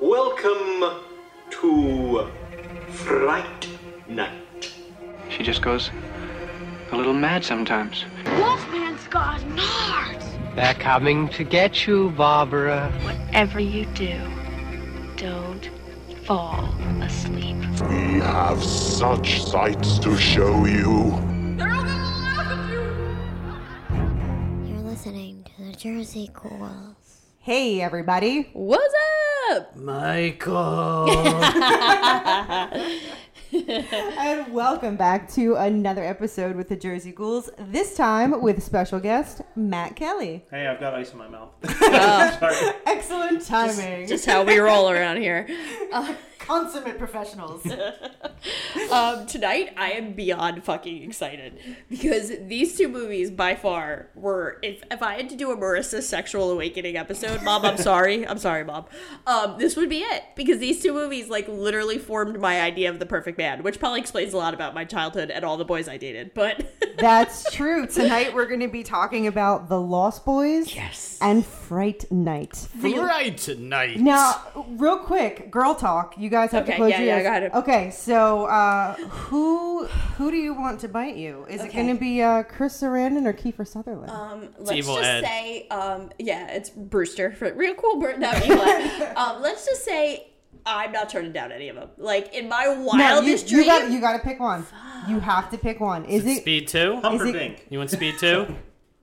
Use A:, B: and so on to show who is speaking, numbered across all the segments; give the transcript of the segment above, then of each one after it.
A: Welcome to Fright Night.
B: She just goes a little mad sometimes.
C: Wolfman's got nards.
D: They're coming to get you, Barbara.
C: Whatever you do, don't fall asleep.
E: We have such sights to show you.
C: They're all gonna laugh at you.
F: You're listening to the Jersey Ghouls.
G: Hey, everybody.
H: What's up?
I: Michael.
G: And welcome back to another episode with the Jersey Ghouls, this time with special guest Matt Kelly.
I: hey, I've got ice in my mouth.
G: Excellent timing.
H: Just how we roll around here. Uh,
G: Consummate professionals.
H: Um, tonight, I am beyond fucking excited because these two movies, by far, were if if I had to do a Marissa sexual awakening episode, Mom, I'm sorry, I'm sorry, Mom. Um, this would be it because these two movies like literally formed my idea of the perfect man, which probably explains a lot about my childhood and all the boys I dated. But
G: That's true. Tonight we're going to be talking about The Lost Boys yes. and Fright Night.
I: right tonight.
G: Now, real quick, girl talk. You guys have to
H: Okay,
G: close
H: yeah,
G: your
H: yeah, I
G: ears.
H: got it.
G: Okay, so uh, who who do you want to bite you? Is it
H: Okay.
G: going to be uh, Chris Sarandon or Kiefer Sutherland?
H: let's
I: Evil
H: just
I: Ed.
H: say, um, yeah, it's Brewster. Real cool, Bur- no, Evil Ed. um, let's just say I'm not turning down any of them. Like in my
G: no, you,
H: wildest
G: you
H: dream,
G: got you got to pick one. You have to pick one. Is it
J: Speed two?
I: Humperdinck.
J: You want speed two?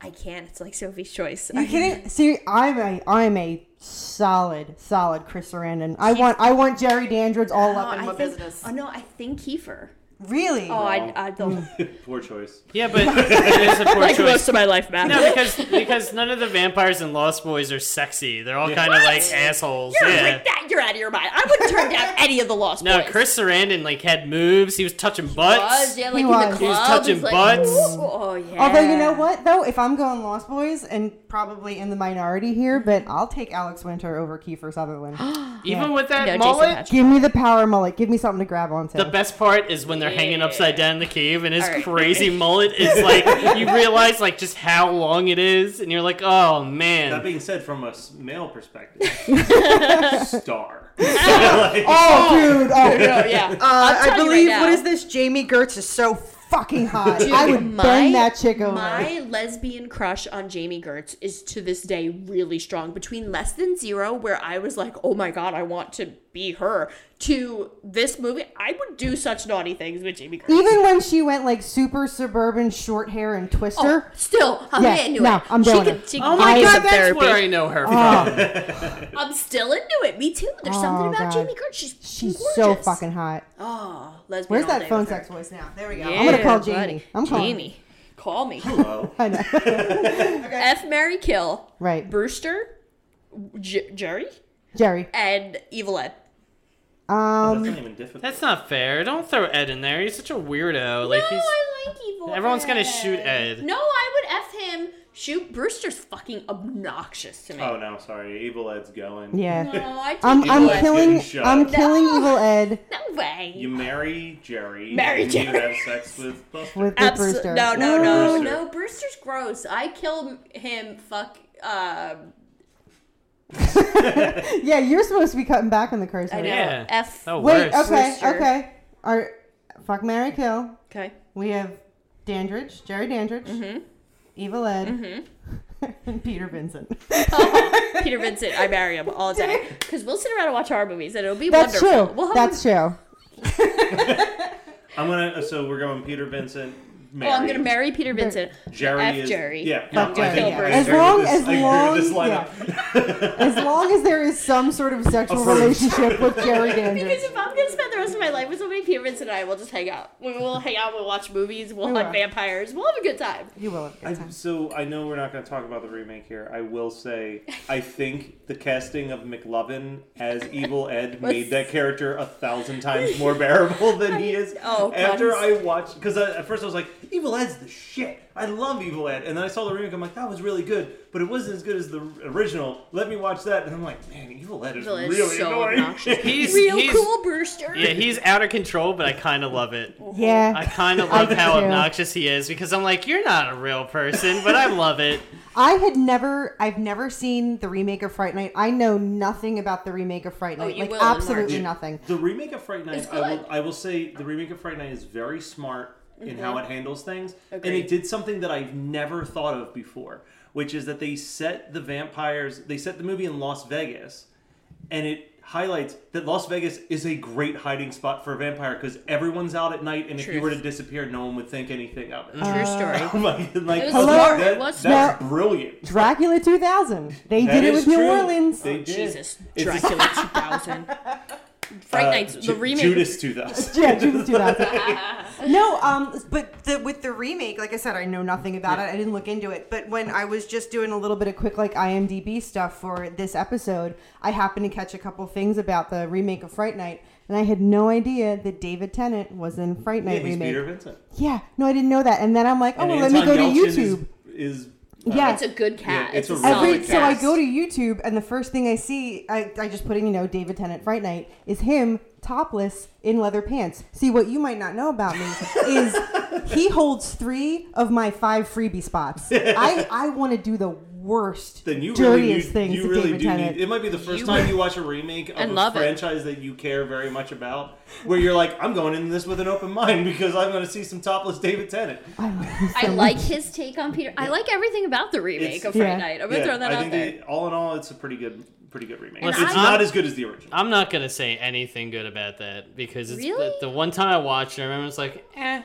H: I can't. It's like Sophie's Choice.
G: You kidding? See, I'm a I'm a solid, solid Chris Sarandon. I want I want Jerry Dandridge all
H: Oh,
G: up in
H: I
G: my
H: think-
G: business.
H: Oh no, I think Kiefer.
G: Really?
H: Oh, I, I don't.
I: Poor choice.
J: Yeah, but it is a poor choice.
H: of my life, man.
J: No, because because none of the vampires in Lost Boys are sexy. They're all kind of like assholes.
H: you're
J: yeah.
H: like that. You're out of your mind. I wouldn't turn down any of the Lost
J: no,
H: Boys.
J: Chris Sarandon like had moves. He was touching butts.
H: was yeah,
G: He
H: like
G: was.
H: in the club.
G: He was
J: touching
H: it's like,
J: butts.
H: ooh, Oh yeah.
G: Although you know what though, if I'm going Lost Boys and probably in the minority here, but I'll take Alex Winter over Kiefer Sutherland.
J: Even with that
H: No, Jason
J: mullet.
H: Patrick.
G: Give me the power mullet. Give me something to grab onto.
J: The best part is when they're hanging upside down in the cave, and his
H: All right.
J: crazy mullet is like you realize like just how long it is, and you're like, oh
I: That
J: man.
I: being said, from a s- male perspective, star. Like,
G: oh, dude. Oh,
H: Oh yeah.
G: Uh, I
H: telling you
G: believe
H: right
G: what
H: now.
G: is this? Jamie Gertz is so fucking hot.
H: Dude,
G: I would burn that chick over.
H: My lesbian crush on Jamie Gertz is to this day really strong. Between Less Than Zero, where I was like, oh my god, I want to be her, to this movie, I would do such naughty things with Jamie Gertz.
G: Even when she went like super suburban, short hair and
H: Oh,
G: twister.
H: still, I'm
G: Yeah,
H: into
G: no,
H: it.
G: I'm
H: she
G: doing
H: could,
G: it.
H: She
J: Oh
H: could
J: my
H: give me
J: god,
H: some
J: that's
H: therapy.
J: where I know her from.
H: I'm still into it. Me too. There's something
G: Oh, God.
H: about Jamie Gertz. She's
G: She's
H: gorgeous.
G: so fucking hot.
H: Oh, lesbian.
G: Where's
H: all day
G: that phone
H: with her.
G: sex voice now? There we go. I'm gonna call
H: Yeah, buddy.
G: Jamie. I'm calling.
H: Jamie, call me.
I: hello.
G: I know.
H: F Mary Kill,
G: right,
H: Brewster, J- Jerry,
G: Jerry.
H: and Evil Ed.
I: That's
G: Um,
I: not even difficult.
J: That's not fair. Don't throw Ed in there. He's such a weirdo. Like
H: no,
J: he's
H: I like Evil.
J: everyone's gonna
H: Ed.
J: shoot Ed.
H: No, I would f him. Shoot, Brewster's fucking obnoxious to me.
I: Oh no, sorry. Evil Ed's going.
G: yeah.
H: No, I take
G: I'm,
H: Evil
G: I'm
H: Ed.
G: killing.
I: getting shot.
G: I'm
I: No.
G: killing Evil Ed
H: No way.
I: You marry Jerry.
H: Marry
I: and
H: Jerry.
I: You have sex with Buster.
G: with, with
H: Absolutely.
G: Brewster.
H: No, no, no,
I: Brewster.
H: no. Brewster's gross. I kill him. Fuck. Um,
G: Yeah, you're supposed to be cutting back on the curse
H: I
G: word.
H: know.
J: Yeah.
H: F.
J: Oh,
G: Wait.
J: worse.
G: Okay.
H: Brewster.
G: Okay. Our fuck Mary kill.
H: Okay.
G: We have Dandridge, Jerry Dandridge,
H: Mm-hmm.
G: Evil Ed, and Peter Vincent.
H: Peter Vincent. I marry him all the time because we'll sit around and watch horror movies and it'll be
G: That's
H: wonderful.
G: true.
H: We'll have
G: That's true.
I: I'm gonna. So we're going Peter Vincent,
H: Oh, I'm gonna marry Peter Vincent.
I: Jerry
H: F
I: is-
H: Jerry.
I: yeah,
H: Fuck
I: no, I
H: Jerry.
I: think- I
G: As
I: agree with
G: long
I: this- I
G: as
I: agree with
G: long,
I: this
G: yeah.
I: lineup.
G: as long as there is some sort of sexual
I: Approved.
G: relationship with Jerry
H: Because
G: Danders.
H: if I'm gonna spend the rest of my life with somebody, Peter Vincent and I will just hang out. We will hang out. We'll watch movies. We'll
G: We
H: hunt
G: will.
H: vampires. We'll have a good time.
G: You will.
I: I, so I know we're not going to talk about the remake here. I will say I think the casting of McLovin as Evil Ed made that character a thousand times more bearable than he is.
H: Oh, God,
I: after I
H: he's-
I: watched, because at first I was like, Evil Ed's the shit. I love Evil Ed, and then I saw the remake. I'm like, that was really good, but it wasn't as good as the original. Let me watch that, and I'm like, man, Evil Ed is
H: Evil Ed's
I: really
H: so
I: annoying.
H: obnoxious.
J: He's-
H: Real
J: he's-
H: cool, Brewster.
J: Yeah, he's out of control, but I kind of love it.
G: Yeah.
J: I kind of love how
G: too.
J: obnoxious he is because I'm like, you're not a real person, but I love it.
G: I had never, I've never seen the remake of Fright Night. I know nothing about the remake of Fright Night.
H: Oh, you
G: like
H: will in March.
G: absolutely nothing.
I: The remake of Fright Night,
H: It's
I: I will,
H: good.
I: I will say, the remake of Fright Night is very smart in how it handles things, and
H: Agreed.
I: it did something that I've never thought of before, which is that they set the vampires, they set the movie in Las Vegas, and it highlights that Las Vegas is a great hiding spot for a vampire because everyone's out at night, and if you
H: Truth.
I: were to Oh disappear, no one would think anything of it.
H: True story.
I: I'm like, like,
H: was
I: okay,
H: smart.
I: that-
H: It was
I: that's
G: smart.
I: brilliant.
G: Dracula 2000. They
I: That
G: did it
I: is
G: with New
I: true.
G: Orleans.
I: They did.
H: Jesus,
I: It's a-
H: Dracula 2000. Fright
I: uh,
H: Night's the
I: Ju-
H: remake.
I: Judas 2000.
G: yeah, June 2000. no, um, but the, with the remake, like I said, I know nothing about it. I didn't look into it. But when I was just doing a little bit of quick, like IMDb stuff for this episode, I happened to catch a couple things about the remake of Fright Night, and I had no idea that David Tennant was in Fright
I: Yeah,
G: Night
I: he's
G: remake.
I: Peter Vincent.
G: Yeah, no, I didn't know that. And then I'm like, oh,
I: And
G: well, let me go
I: Anton
G: to
I: Yelchin is-
G: YouTube.
I: Is,
G: yeah,
H: It's a good cat.
I: Yeah,
H: it's,
I: it's
H: a,
I: a
H: solid
G: Every, so I
H: cast.
G: go to YouTube, and the first thing I see, I, I just put in, you know, David Tennant Fright Night, is him topless in leather pants. See, what you might not know about me is he holds three of my five freebie spots. I, I want to do the worst,
I: then you
G: dirtiest
I: really need,
G: things
I: you
G: to
I: really
G: David
I: do
G: Tennant.
I: need. It might be the first
H: You-
I: time you watch a remake of
H: And
I: a
H: love it.
I: franchise that you care very much about, where you're like, I'm going into this with an open mind because I'm going to see some topless David Tennant.
G: I love him so
H: I like
G: much.
H: his take on Peter. I like everything about the remake
I: It's-
H: of Fright
G: Yeah.
H: Night. I'm gonna
I: Yeah,
H: throw that
I: I
H: out
I: think
H: there.
I: they- all in all, it's a pretty good, pretty good remake.
J: Listen,
I: it's
J: I'm-
I: not as good as the original.
J: I'm not gonna say anything good about that because it's
H: Really?
J: the, the one time I watched it, I remember it's like, eh.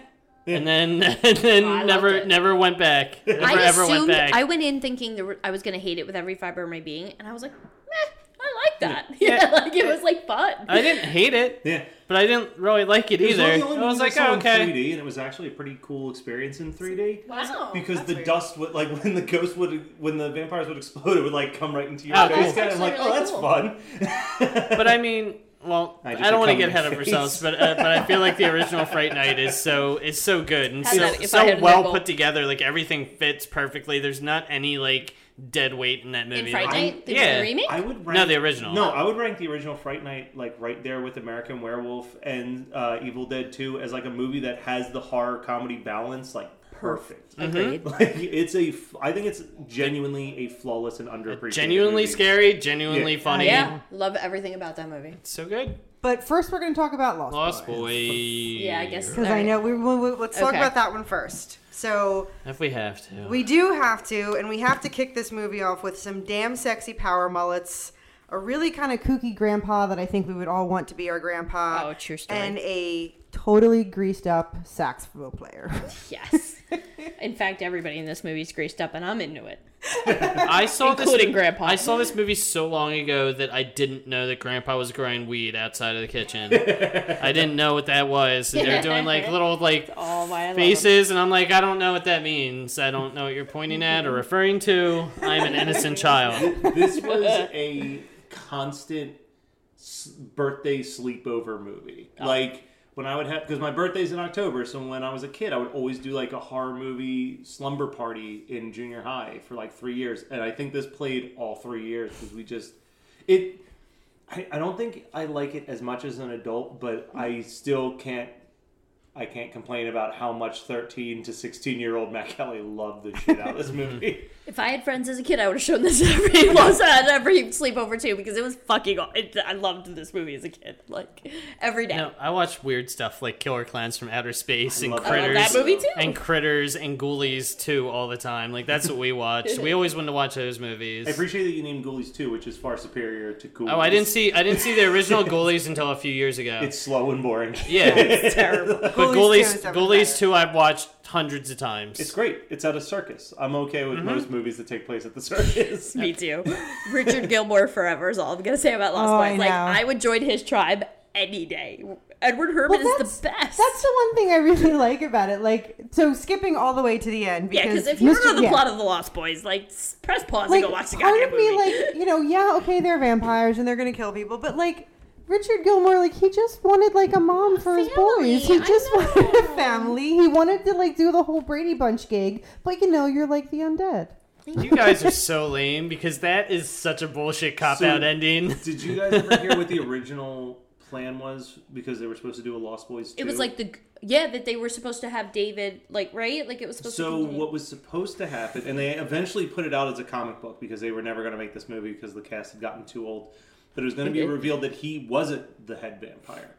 I: Yeah.
J: And then, and then
H: Oh, I loved
J: never,
H: it.
J: never went back. Never
H: I
J: ever went
H: assumed
J: back.
H: I went in thinking there were, I was gonna hate it with every fiber of my being, and I was like, meh, I like that. Yeah,
J: Yeah.
H: like it was like fun.
J: I didn't hate it,
I: yeah.
J: but I didn't really like it
I: It was
J: either.
I: one of the only
J: I was
I: movies
J: like,
I: saw
J: oh,
I: in
J: okay.
I: 3D, and it was actually a pretty cool experience in 3D.
H: Wow,
I: Because
H: that's
I: the
H: weird.
I: dust would, like, when the ghost would, when the vampires would explode, it would, like, come right into your
J: Oh,
I: face.
J: cool.
I: And I'm like,
H: That's
I: oh, that's
H: actually
I: fun.
J: But I mean, well,
I: I
J: I,
I: just
J: don't want to
I: become
J: get ahead of
I: your face.
J: ourselves, but uh, but I feel like the original Fright Night is so is so good and
H: Had
J: so,
H: that- if I had
J: so
H: a
J: well
H: nickel.
J: put together. Like everything fits perfectly. There's not any like dead weight in that movie.
H: in Fright
J: Like,
H: Night, the
J: yeah.
H: remake.
I: I would rank,
J: No, the original.
I: No, I would rank the original Fright Night like right there with American Werewolf and uh, Evil Dead Two as like a movie that has the horror comedy balance like perfect.
H: Agreed.
I: Like it's a, f- I think it's genuinely a flawless and underappreciated.
J: genuinely
I: movie.
J: scary, genuinely
I: Yeah.
J: funny.
H: Yeah, love everything about that movie.
J: So good.
G: But first, we're going to talk about Lost,
I: Oh,
J: Lost Boy. Yeah,
H: Yeah, I guess.
G: Because I know, we, we, we- let's talk
H: Okay.
G: about that one first. So
J: If we have to.
G: We do have to, and we have to kick this movie off with some damn sexy power mullets, a really kind of kooky grandpa that I think we would all want to be our grandpa.
H: Oh, true story.
G: And a totally greased up saxophone player.
H: Yes. In fact, everybody in this movie's greased up, and I'm into it.
J: I saw
H: Including
J: this,
H: Grandpa.
J: I saw this movie so long ago that I didn't know that Grandpa was growing weed outside of the kitchen. I didn't know what that was. And they're doing like little like
H: Oh, why I love him.
J: faces, and I'm like, I don't know what that means. I don't know what you're pointing at or referring to. I'm an innocent child.
I: This was a constant s- birthday sleepover movie. Like when I would have because my birthday's in October, so when I was a kid, I would always do like a horror movie slumber party in junior high for like three years, and I think this played all three years because we just it. I, I don't think I like it as much as an adult, but I still can't. I can't complain about how much thirteen to sixteen year old Matt Kelly loved the shit out of this movie.
H: If I had friends as a kid, I would have shown this every Los at every sleepover too because it was fucking. aw- It, I loved this movie as a kid, like every day.
J: No, I watch weird stuff like Killer Clowns from Outer Space and
I: love that. I
J: Critters.
I: love
H: that movie too.
J: And Critters and Ghoulies too all the time. Like that's what we watch. We always want to watch those movies.
I: I appreciate that you named Ghoulies 2, which is far superior to Ghoulies.
J: Oh, I didn't see I didn't see the original Ghoulies until a few years ago.
I: It's slow and boring.
J: yeah.
H: It's terrible.
J: But but
G: Ghoulies 2
J: Ghoulies,
G: is ever
J: Ghoulies 2 I've watched hundreds of times.
I: It's great. It's at a circus. I'm okay with
J: Mhm.
I: most movies that take place at the circus.
H: Me too. Richard Gilmore forever is all I'm gonna say about Lost
G: Oh, I
H: Boys. Like
G: know.
H: I would join his tribe any day. Edward Herman is the best.
G: That's the one thing I really like about it. Like, so skipping all the way to the end.
H: Yeah,
G: Because
H: because if you don't
G: Mr.
H: know the
G: yeah.
H: plot of the Lost Boys, like s- press pause
G: like,
H: and go watch the
G: part
H: goddamn
G: of me,
H: movie.
G: like, you know, yeah, okay, they're vampires and they're gonna kill people, but like Richard Gilmore, like, he just wanted like a mom for his boys. He just wanted a family. He wanted to like do the whole Brady Bunch gig, but you know, you're like the undead.
J: You guys are so lame because that is such a bullshit cop out ending.
I: Did you guys ever hear what the original plan was? Because they were supposed to do a Lost Boys. 2?
H: it was like the yeah that they were supposed to have David like right like it was supposed
I: So
H: to. Continue.
I: what was supposed to happen, and they eventually put it out as a comic book because they were never going to make this movie because the cast had gotten too old. But it was going to be
J: Mhm.
I: revealed that he wasn't the head vampire.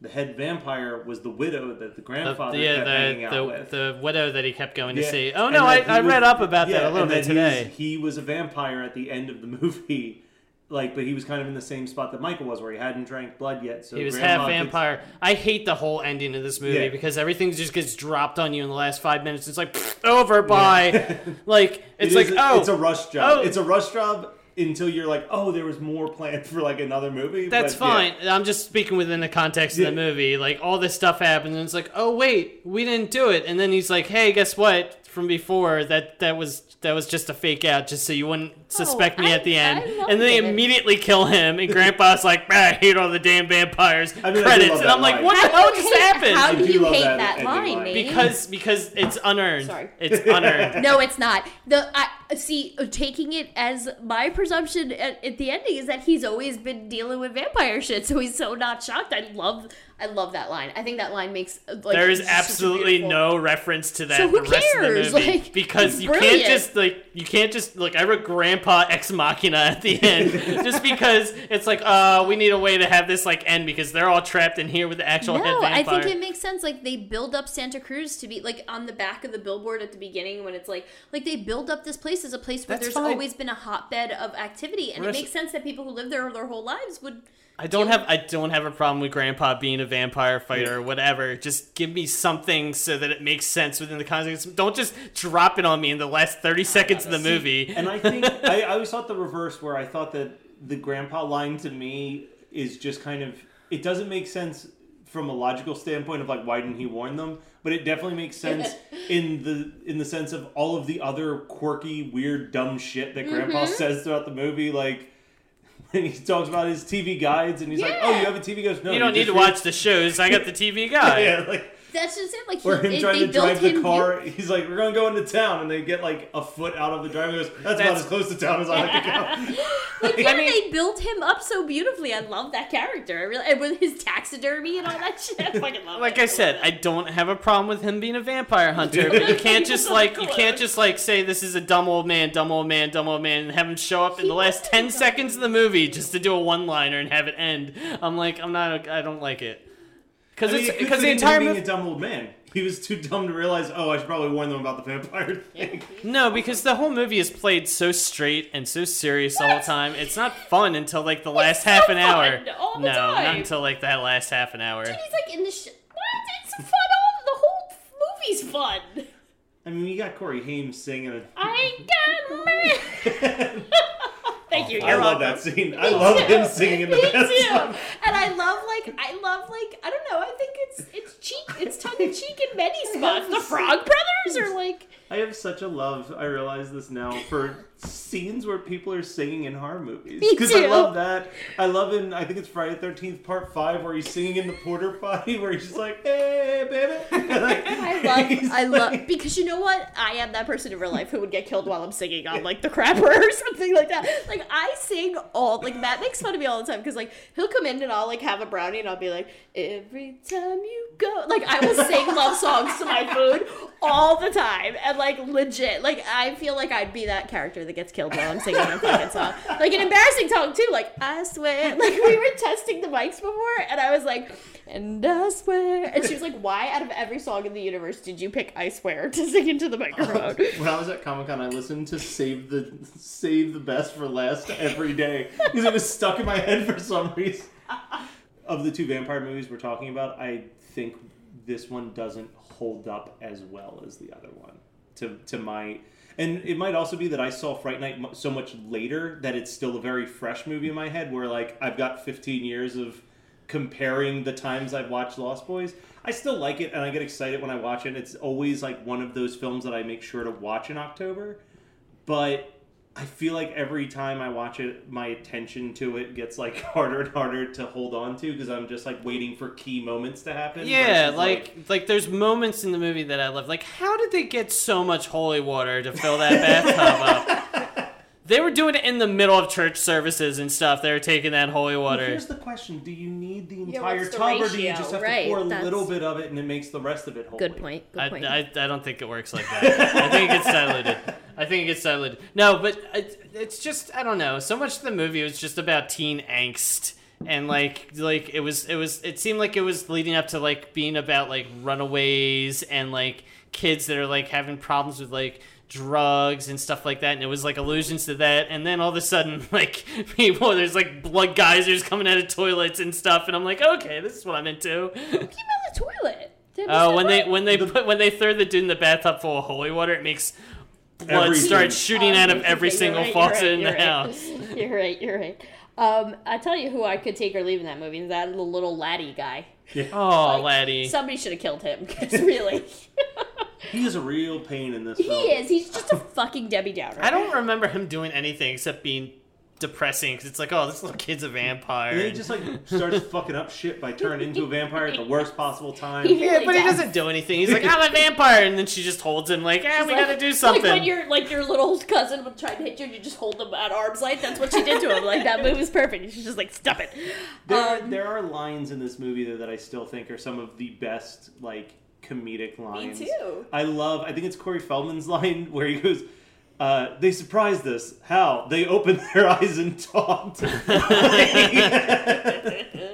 I: The head vampire was the widow that the grandfather
J: yeah,
I: kept hanging out with.
J: the, the, the widow that he kept going
I: Yeah,
J: to see. Oh
I: and
J: no, I,
I: that he
J: I
I: was-
J: read up about
I: yeah,
J: that a little
I: and
J: bit
I: he was-
J: today.
I: He was a vampire at the end of the movie, like, but he was kind of in the same spot that Michael was, where he hadn't drank blood yet. So
J: he was
I: Grandma
J: half
I: could-
J: vampire. I hate the whole ending of this movie
I: Yeah.
J: because everything just gets dropped on you in the last five minutes. It's like "Pfft, over by, like
I: It
J: it's
I: is
J: like
I: a-
J: oh,
I: it's a rush job.
J: oh.
I: It's a rush job until you're like, oh, there was more planned for like another movie.
J: That's
I: but yeah.
J: fine. I'm just speaking within the context of the movie. Like all this stuff happens, and it's like, oh wait, we didn't do it. And then he's like, hey, guess what? From before, that that was that was just a fake out, just so you
H: Oh,
J: wouldn't suspect me at the end. And they immediately kill him, and Grandpa's like, "Ah, I hate all the damn vampires.
I: do love
J: Credits, and
I: that
J: I'm like,
I: line.
J: what the hell just happened?
H: How do you hate that, line, man?
J: Because because it's unearned.
H: Sorry.
J: It's unearned.
H: no, it's not. The I see taking it as my presumption at, at the ending is that he's always been dealing with vampire shit, so he's so not shocked. I love, I love that line. I think that line makes uh, like
J: there is
H: such a
J: absolutely
H: beautiful-
J: no reference to that
H: So
J: in
H: who
J: the rest
H: cares?
J: of the movie
H: Like,
J: because
H: it's
J: you
H: brilliant.
J: can't just like you can't just look. I wrote Grandpa Ex Machina at the end just because it's like uh we need a way to have this like end because they're all trapped in here with the actual head
H: No, I
J: vampire.
H: think it makes sense. Like they build up Santa Cruz to be like on the back of the billboard at the beginning when it's like like they build up this place as a place where
J: That's
H: there's
J: fine.
H: always been a hotbed of activity, and
J: Rest-
H: it makes sense that people who live there their whole lives would.
J: I don't have I don't have a problem with Grandpa being a vampire fighter or whatever. Just give me something so that it makes sense within the context. Don't just drop it on me in the last thirty seconds of the movie.
I: And I think I, I always thought the reverse, where I thought that the grandpa line to me is just kind of it doesn't make sense from a logical standpoint of like why didn't he warn them, but it definitely makes sense in the in the sense of all of the other quirky, weird, dumb shit that grandpa
K: Mhm.
H: Mm-hmm.
I: says throughout the movie, like. When he talks about his TV guides, and he's like, "Oh, you have a TV guide? No,
J: you don't
I: just
J: need to
I: read-"
J: watch the shows. I got the TV guy.
I: yeah, like
H: That's just it. Like
I: or
H: he,
I: him
H: they,
I: trying
H: they
I: to
H: built
I: drive the
H: him
I: car. He's like, "We're gonna go into town," and they get like a foot out of the driver. and Goes, "That's, about as close to town as I can go."
H: Like, yeah, they built him up so beautifully. I love that character. I really, and with his taxidermy and all that shit. I fucking love
J: like I said, I don't have a problem with him being a vampire hunter, but you can't just like you can't just like say this is a dumb old man, dumb old man, dumb old man, and have him show up in the last ten seconds of the movie just to do a one liner and have it end. I'm like, I'm not, I don't like it because
I: I mean,
J: it's
I: it could
J: because the
I: fit into
J: entire
I: him being
J: movie.
I: a dumb old man. He was too dumb to realize. Oh, I should probably warn them about the vampire thing.
J: No, because the whole movie is played so straight and so serious all the time. It's not fun until like the last half an hour.
H: fun all
J: no,
H: the
J: not
H: time.
J: until like that last half an hour.
H: He's like in the sh- what? It's fun. All the whole movie's fun.
I: I mean, you got Corey Haim singing. it.
H: I got me. Thank you. You're
I: Oh, I love
H: welcome.
I: that scene. I
H: Me
I: love
H: too.
I: him singing in the
H: Me
I: best.
H: too. And I love like I love like I don't know. I think it's it's cheek it's tongue in cheek in many spots. The Frog Brothers are like
I: I have such a love. I realize this now for scenes where people are singing in horror movies
H: Me
I: I
H: too.
I: love that. I love in I think it's Friday Thirteenth Part Five where he's singing in the porter potty where he's just like, "Hey, baby."
H: I love I love because you know what I am that person in real life who would get killed while I'm singing on like the crapper or something like that. Like I sing all like Matt makes fun of me all the time because like he'll come in and I'll like have a brownie and I'll be like every time you go like I will sing love songs to my food all the time and like legit like I feel like I'd be that character that gets killed while I'm singing a fucking song like an embarrassing song too like I swear like we were testing the mics before and I was like and I swear and she was like why out of every song in the universe did you pick I swear to sing into the microphone
I: When I was at Comic Con, I listened to "Save the Save the Best for Last" every day because it was stuck in my head for some reason. Of the two vampire movies we're talking about, I think this one doesn't hold up as well as the other one to to my and it might also be that I saw Fright Night mu- so much later that it's still a very fresh movie in my head where like I've got 15 years of comparing the times I've watched Lost Boys. I still like it and I get excited when I watch it. It's always like one of those films that I make sure to watch in October, but I feel like every time I watch it, my attention to it gets like harder and harder to hold on to because I'm just like waiting for key moments to happen.
J: Yeah,
I: versus,
J: like, like there's moments in the movie that I love. Like, how did they get so much holy water to fill that bathtub up? They were doing it in the middle of church services and stuff. They were taking that holy
I: Well,
J: water.
I: here's the question: Do you need the
H: Yeah,
I: entire
H: what's the
I: tub, or do you
H: ratio?
I: just have
H: Right,
I: to pour a
H: that's-
I: little bit of it and it makes the rest of it whole?
H: Good point. Good
J: I,
H: point.
J: I, I don't think it works like that. I think it gets diluted. I think it gets diluted. No, but it, it's just I don't know. So much of the movie was just about teen angst and like like it was it was it seemed like it was leading up to like being about like runaways and like kids that are like having problems with like drugs and stuff like that and it was like allusions to that and then all of a sudden like people there's like blood geysers coming out of toilets and stuff and i'm like okay this is what i'm into
H: the toilet. Did I
J: Oh, when they
H: miss that part?
J: when they put when they throw the dude in the bathtub full of holy water, it makes blood
I: Everything.
J: start shooting out of
H: Okay,
J: every
H: Um, you're
J: single
H: right, you're
J: faucet
H: right,
J: in the
H: you're right.
J: house.
H: You're right. You're right. Um, I tell you who I could take or leave in that movie is that little laddie guy.
J: Oh, laddie,
H: Somebody should have killed him. 'cause really,
I: He is a real pain in this
H: he
I: film.
H: is. He's just a fucking Debbie Downer.
J: I don't remember him doing anything except being depressing because it's like, oh, this little kid's a vampire.
I: And then he just like starts fucking up shit by turning into a vampire at the worst possible time.
J: yeah, but he doesn't do anything. He's like, I'm a vampire, and then she just holds him like, eh,
H: She's
J: we
H: like-
J: gotta do
H: Like
J: something.
H: when your like your little cousin would try to hit you, and you just hold them at arm's length. That's what she did to him. Like that move was perfect. She's just like, stop it.
I: There, there are lines in this movie though that I still think are some of the best like comedic lines.
H: too.
I: I love. I think it's Corey Feldman's line where he goes. Uh, they surprised us. How? They opened their eyes and talked.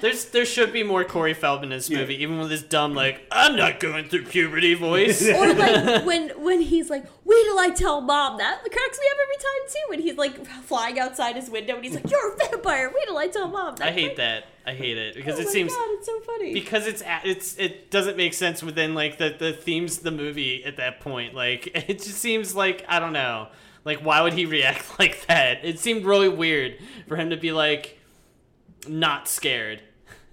J: There's there should be more Corey Feldman in this movie, even with his dumb like, I'm not going through puberty voice.
H: or like when when he's like, wait till I tell mom. That cracks me up every time too. When he's like flying outside his window and he's like, you're a vampire. Wait till I tell mom. That
J: I hate that. I hate it because
H: oh
J: it
H: my
J: seems
H: God, it's so funny.
J: because it's a- it's it doesn't make sense within like the the themes of the movie at that point. Like it just seems like I don't know. Like why would he react like that? It seemed really weird for him to be like not scared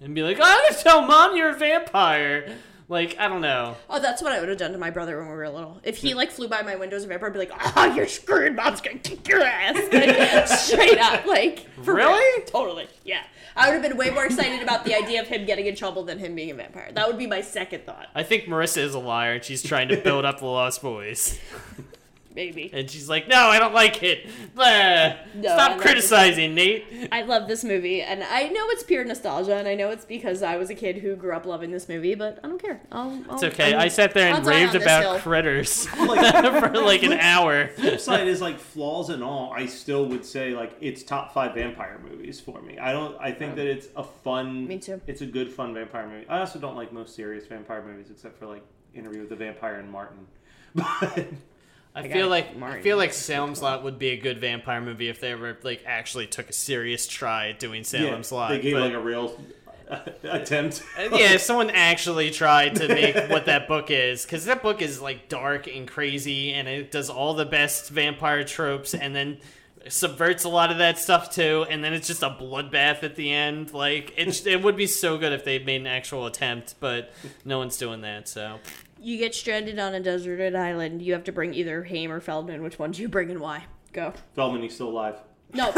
J: and be like, "Oh, I'm gonna tell mom you're a vampire." Like I don't know.
H: Oh, that's what I would have done to my brother when we were little. If he like flew by my windows of vampire, I'd be like, "Ah, you're screwed. Mom's gonna kick your ass." Like, straight up, like for real.
J: Really?
H: totally, yeah. I would have been way more excited about the idea of him getting in trouble than him being a vampire. That would be my second thought,
J: I think Marissa is a liar. and She's trying to build up the Lost Boys,
H: maybe.
J: and she's like, "No, I don't like it. Blah.
H: No, I
J: Stop
H: like it."
J: criticizing, Nate."
H: I love this movie, and I know it's pure nostalgia, and I know it's because I was a kid who grew up loving this movie, but I don't care. I'll, I'll,
J: It's okay.
H: I'll-
J: I sat there
H: I'll
J: and
H: die
J: raved
H: on this hill.
J: about critters for like an hour.
I: flip side is like flaws and all i still would say like it's top five vampire movies for me i don't i think that it's a fun me too it's a good fun vampire movie i also don't like most serious vampire movies except for like interview with the vampire and martin
J: I
I: got
J: feel like I
I: Martin.
J: feel like Salem's Lot would be a good vampire movie if they ever like actually took a serious try at doing Salem's Lot.
I: they gave
J: but-
I: like a real uh, attempt
J: Uh, yeah, if someone actually tried to make what that book is, because that book is like dark and crazy, and it does all the best vampire tropes, and then subverts a lot of that stuff too, and then it's just a bloodbath at the end. Like it, it would be so good if they made an actual attempt, but no one's doing that. So
H: You get stranded on a deserted island. You have to bring either Haim or Feldman. Which one do you bring and why? Go.
I: feldman he's still alive
H: No.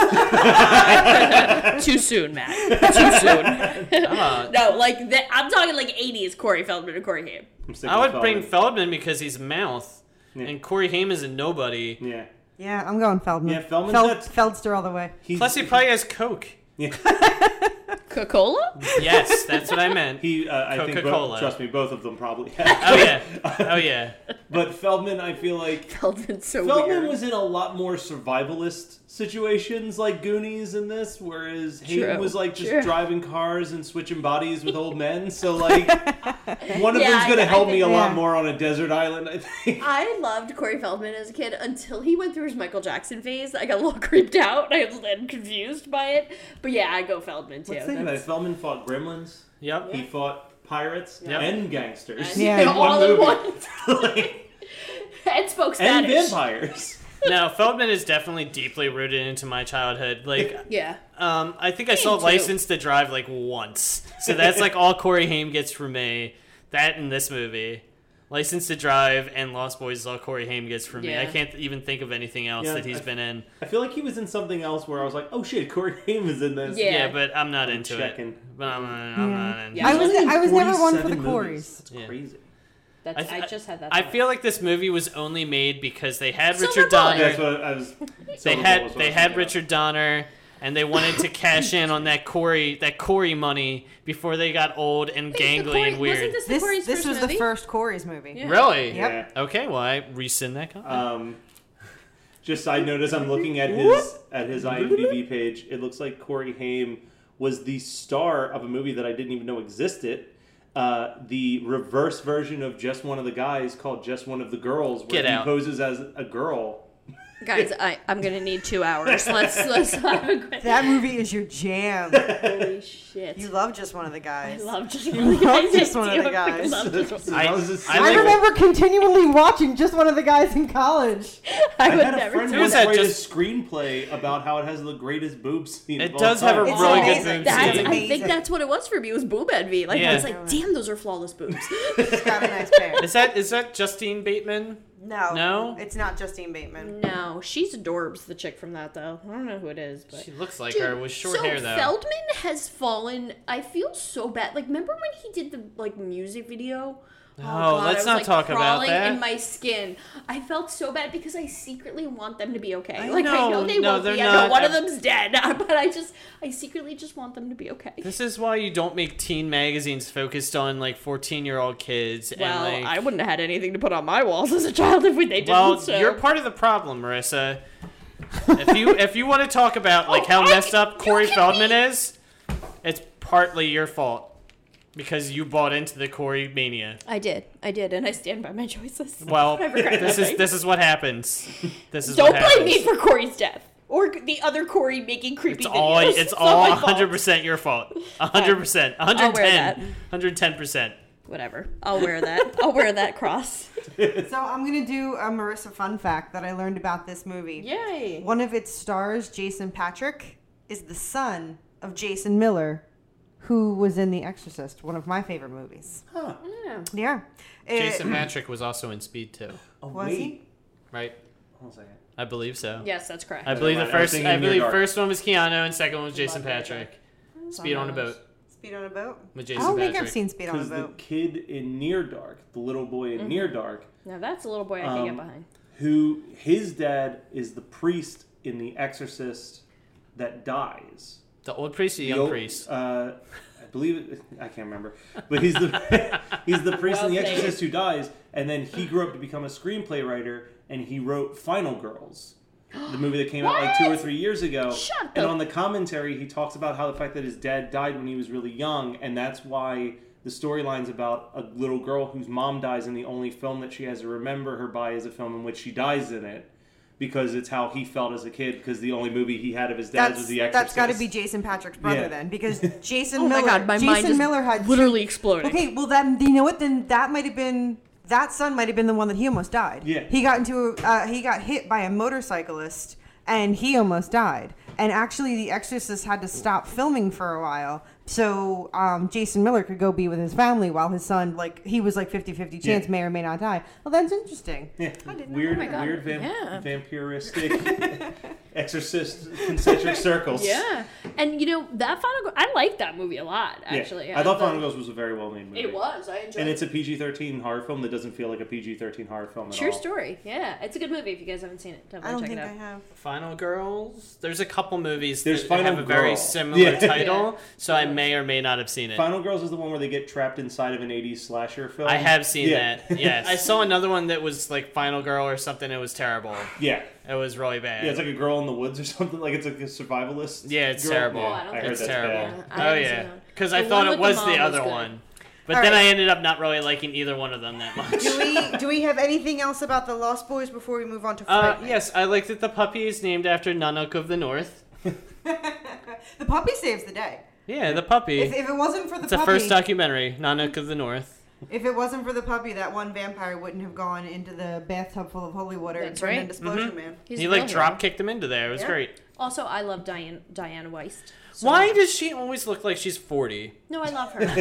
H: Too soon, Matt. Too soon.
J: Uh,
H: no, like that, I'm talking like 80s Corey Feldman and Corey Haim.
J: I would bring Feldman because he's mouth, and Corey Haim is a nobody.
I: Yeah.
G: Yeah, I'm going Feldman.
J: Yeah, Feldman's
G: Feld,
J: nuts.
G: Feldster all the way.
J: Plus, he probably has Coke.
H: Coca Cola?
J: Yes, that's what I meant.
I: He, uh, I think, both,
J: Coca-Cola.
I: trust me, both of them probably.
J: oh yeah, oh yeah.
I: But Feldman, I feel like
H: Feldman's so
I: Feldman
H: weird.
I: was in a lot more survivalist situations like Goonies in this, whereas
H: True.
I: Hayden was like just
H: True.
I: driving cars and switching bodies with old men. So like, one of
H: Yeah,
I: them's gonna
H: I- I
I: help me
H: think-
I: a lot
H: Yeah.
I: more on a desert island. I think.
H: I loved Corey Feldman as a kid until he went through his Michael Jackson phase. I got a little creeped out. I was then confused by it. But yeah, I go Feldman
I: Let's
H: too.
I: think about it.
H: That's-
I: Feldman fought gremlins.
J: Yep.
I: He fought pirates
H: Yeah.
I: and gangsters
H: And- Yeah. all in one. Ed spoke
I: and
H: Spanish.
I: vampires.
J: no, Feldman is definitely deeply rooted into my childhood. Like,
H: Yeah.
J: um, I think I
H: Me
J: saw
H: too.
J: License to Drive like once, so that's like all Corey Haim gets from me. That in this movie, License to Drive and Lost Boys is all Corey Haim gets from me.
I: Yeah.
J: I can't even think of anything else
I: Yeah,
J: that he's
I: I-
J: been in.
I: I feel like he was in something else where I was like, oh shit, Corey Haim is in this.
J: Yeah, but I'm not into
I: checking.
J: it. But I'm, I'm not into
G: Yeah. I
J: it.
G: was-
I: Only
G: I was never one for the
I: 47 movies.
G: Corys.
I: That's crazy.
J: That's- I I-
H: just had
J: I feel like this movie was only made because they had
I: Silver Bullet.
J: Richard Donner.
I: That's what I was-
J: they
I: Silver Bullet
J: had
I: was what I
J: they
I: was
J: had Richard Donner, and they wanted to cash in on that Corey that Corey money before they got old and gangly and weird.
H: the Corey's
G: this
H: first
G: was
H: movie?
G: the first Corey's movie.
J: Really?
G: Yep.
J: Okay. Well, I rescind that comment.
I: Um, just side note as I'm looking at
J: Whoop.
I: his at his IMDb page, it looks like Corey Haim was the star of a movie that I didn't even know existed. Uh, the reverse version of just one of the guys called just one of the girls, where
J: Get
I: he
J: out.
I: poses as a girl.
H: Guys, I, I'm gonna need two hours. Let's let's have a quick
G: That movie is your jam.
H: Holy shit.
G: You love just one of the guys.
H: I love just
G: you love just
H: I
G: one of the
H: do. I
G: guys.
H: love just one.
I: I, was
G: I, remember continually watching just one of the guys in college.
I: I, had a friend once
J: that
I: write a screenplay about how it has the greatest boob scene.
J: It
I: of all
J: does have a
I: time.
J: really good It's boob
H: That's, I think that's what it was for me. It was boob envy. Like I was
J: Yeah.
H: like, damn, those are flawless boobs.
J: Is that is that Justine Bateman?
G: No.
J: No?
G: It's not Justine Bateman.
H: No, she's adorbs. The chick from that though. I don't know who it is, but
J: She looks like
H: Dude,
J: her with short
H: so
J: hair though.
H: Feldman has fallen. I feel so bad. Like, remember when he did the like music video?
J: Oh, let's not talk about
H: crawling
J: that.
H: In my skin, I felt so bad because I secretly want them to be okay.
J: I
H: like I
J: know.
H: know they
J: No,
H: won't
J: they're
H: be. I know
J: not.
H: one of them's dead, but I just, I secretly just want them to be okay.
J: This is why you don't make teen magazines focused on like 14 year old kids.
H: Well,
J: and, like,
H: I wouldn't have had anything to put on my walls as a child if we, they didn't.
J: Well,
H: so.
J: you're part of the problem, Marissa. if you if you want to talk about like
H: Oh,
J: how messed up Corey Feldman is, it's partly your fault because you bought into the Corey mania.
H: I did, I did, and I stand by my choices.
J: Well,
H: I regret
J: this is
H: nothing.
J: this is what happens. This is
H: Don't
J: what
H: blame me
J: happens.
H: for Corey's death or the other Corey making creepy
J: It's
H: videos.
J: all it's
H: It's not
J: all
H: my fault.
J: 100% your fault. 100%.
H: I'll wear
J: 110. 110%.
H: Whatever. I'll wear that. I'll wear that cross.
G: So I'm gonna do a Marissa fun fact that I learned about this movie.
H: Yay!
G: One of its stars, Jason Patrick, is the son of Jason Miller, who was in The Exorcist, one of my favorite movies.
I: Huh.
G: Yeah. It-
J: Jason Patrick was also in Speed 2.
I: Oh,
G: Was
I: wait.
G: he?
J: Right?
I: Hold on a second.
J: I believe so.
H: Yes, that's correct.
J: I believe the
I: Never mind, I was
J: first.
I: thinking
J: I
I: Near
J: believe
I: Dark.
J: first one was Keanu, and second one was Jason Patrick. Speed on a boat.
G: Speed on a boat.
J: With
G: I
J: Jason
G: don't think I've
J: Patrick.
G: seen Speed on a
I: Because the
G: Boat.
I: kid in Near Dark, the little boy in
H: Mhm.
I: Near Dark,
H: Now that's a little boy I can
I: Um,
H: get behind.
I: who his dad is the priest in The Exorcist that dies.
J: The old priest, or the young
I: old-
J: priest.
I: Uh, I believe it, I can't remember, but he's the he's the priest in The
J: Well played.
I: Exorcist who dies, and then he grew up to become a screenplay writer, and he wrote Final Girls. The movie that came out like two or three years ago.
H: Shut
I: and
H: the-
I: on the commentary, he talks about how the fact that his dad died when he was really young, and that's why the storyline's about a little girl whose mom dies, and the only film that she has to remember her by is a film in which she dies in it, because it's how he felt as a kid, because the only movie he had of his dad's was
G: That's
I: The Exorcist.
G: that's got to be Jason Patrick's brother
I: Yeah.
G: then, because Jason
H: Oh my
G: Miller.
H: God, my
G: Jason
H: mind just
G: Miller had
H: literally exploded.
G: Okay, well then you know what? Then that might have been that son might have been the one that he almost died.
I: Yeah.
G: he got into a, uh, he got hit by a motorcyclist and he almost died. And actually, The Exorcist had to stop filming for a while so um, Jason Miller could go be with his family while his son like he was like 50-50 chance
I: Yeah.
G: may or may not die. Well, that's interesting.
I: Yeah, weird,
G: my God.
I: weird vamp-
H: Oh Yeah.
I: vampiristic exorcist concentric circles.
H: Yeah, and you know that Final Girl, I like that movie a lot.
I: Yeah.
H: Actually,
I: I thought Final Girls was a very well made movie.
H: It was. I enjoyed.
I: and
H: it.
I: it's a PG thirteen horror film that doesn't feel like a PG thirteen horror film at
H: True
I: all.
H: story. Yeah, it's a good movie. If you guys haven't seen it, definitely
G: I don't
H: check
G: think
H: it
G: I
H: out.
G: have.
J: Final Girls. There's a couple movies
I: There's
J: that
I: Final
J: have a very
I: Girl.
J: similar
I: Yeah.
J: title, so I may or may not have seen it.
I: Final Girls is the one where they get trapped inside of an eighties slasher film.
J: I have seen
I: Yeah.
J: that. Yes, I saw another one that was like Final Girl or something. It was terrible.
I: yeah.
J: It was really bad.
I: Yeah, it's like a girl in the woods or something. Like it's like a survivalist.
J: Yeah, it's
I: girl.
J: terrible.
I: Yeah, I heard
J: it's
I: that's
J: terrible.
I: bad.
J: oh yeah, because I
H: The
J: thought
H: one
J: it
H: with
J: was
H: the
J: the,
H: mom was
J: other
H: good.
J: one, but
G: All
J: then
G: right.
J: I ended up not really liking either one of them that much.
G: do we do we have anything else about the Lost Boys before we move on to
J: Uh,
G: Fright Night?
J: yes, I like that the puppy is named after Nanook of the North.
G: The puppy saves the day.
J: Yeah, the puppy.
G: If- if it wasn't for the
J: it's the first
G: puppy-
J: documentary, Nanook of the North.
G: If it wasn't for the puppy, that one vampire wouldn't have gone into the bathtub full of holy water and
H: That's
G: turned
H: right.
G: into Explosion
J: Mm-hmm.
H: Mhm.
G: Man.
H: He's
J: he
H: a
J: like
H: real hero.
J: drop kicked him into there. It was
H: Yeah.
J: great.
H: Also, I love Diane Diane Weist.
J: Why does she always look like she's forty?
H: No, I love her.
J: But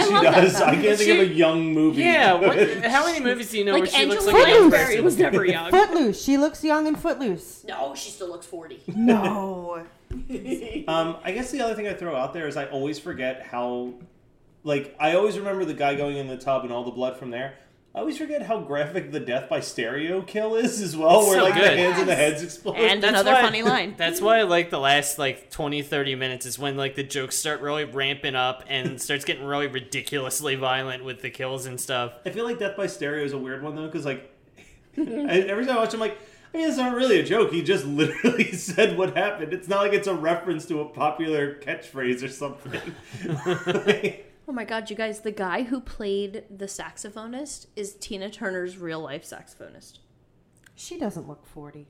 H: I love that song.
I: a young movie.
J: Yeah, what, how many movies do you know
H: Like
J: where she looks like
H: Angela
J: a young
H: Lansbury
J: person?
H: was never
G: Footloose. She looks young and footloose.
H: No, she still looks 40.
G: No.
I: Um, I guess the other thing I throw out there is I always forget how, like, I always remember the guy going in the tub and all the blood from there. I always forget how graphic the death by stereo kill is as well,
J: It's
I: where
J: so
I: like the
J: good.
I: hands and the heads explode.
J: That's why- That's why I like the last like 20, 30 minutes is when like the jokes start really ramping up and starts getting really ridiculously violent with the kills and stuff.
I: I feel like death by stereo is a weird one though, because like I, every time I watch, it, I'm like, I mean, it's not really a joke. He just literally said what happened. It's not like it's a reference to a popular catchphrase or something.
H: Oh my god, you guys, the guy who played the saxophonist is Tina Turner's real life saxophonist.
G: She doesn't look 40.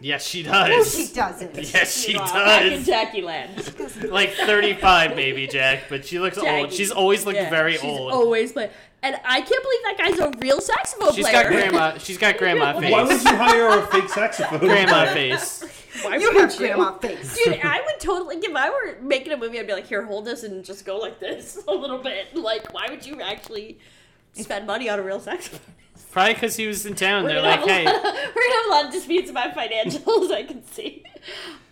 J: Yes, she
G: No,
J: does.
G: she doesn't.
J: Yes, she
G: Wow,
H: back in
J: does.
H: Jackie Land.
J: Like thirty-five, maybe Jack, but she looks old.
H: Jackie.
J: She's always looked
H: Yeah,
J: very
H: she's
J: old.
H: Always play. And I can't believe that guy's a real saxophone
J: She's
H: player.
J: got grandma. She's got grandma face.
I: Why would you hire a fake saxophone?
J: Grandma
I: player?
J: face.
H: Why
G: You
H: would
G: have grandma face.
H: Dude, I would totally, if I were making a movie, I'd be like, here, hold this and just go like this a little bit. Like, why would you actually spend money on a real saxophone?
J: Probably because he was in town.
H: We're
J: They're
H: gonna
J: like,
H: have a
J: hey,
H: lot of- we're gonna have a lot of disputes about financials. I can see.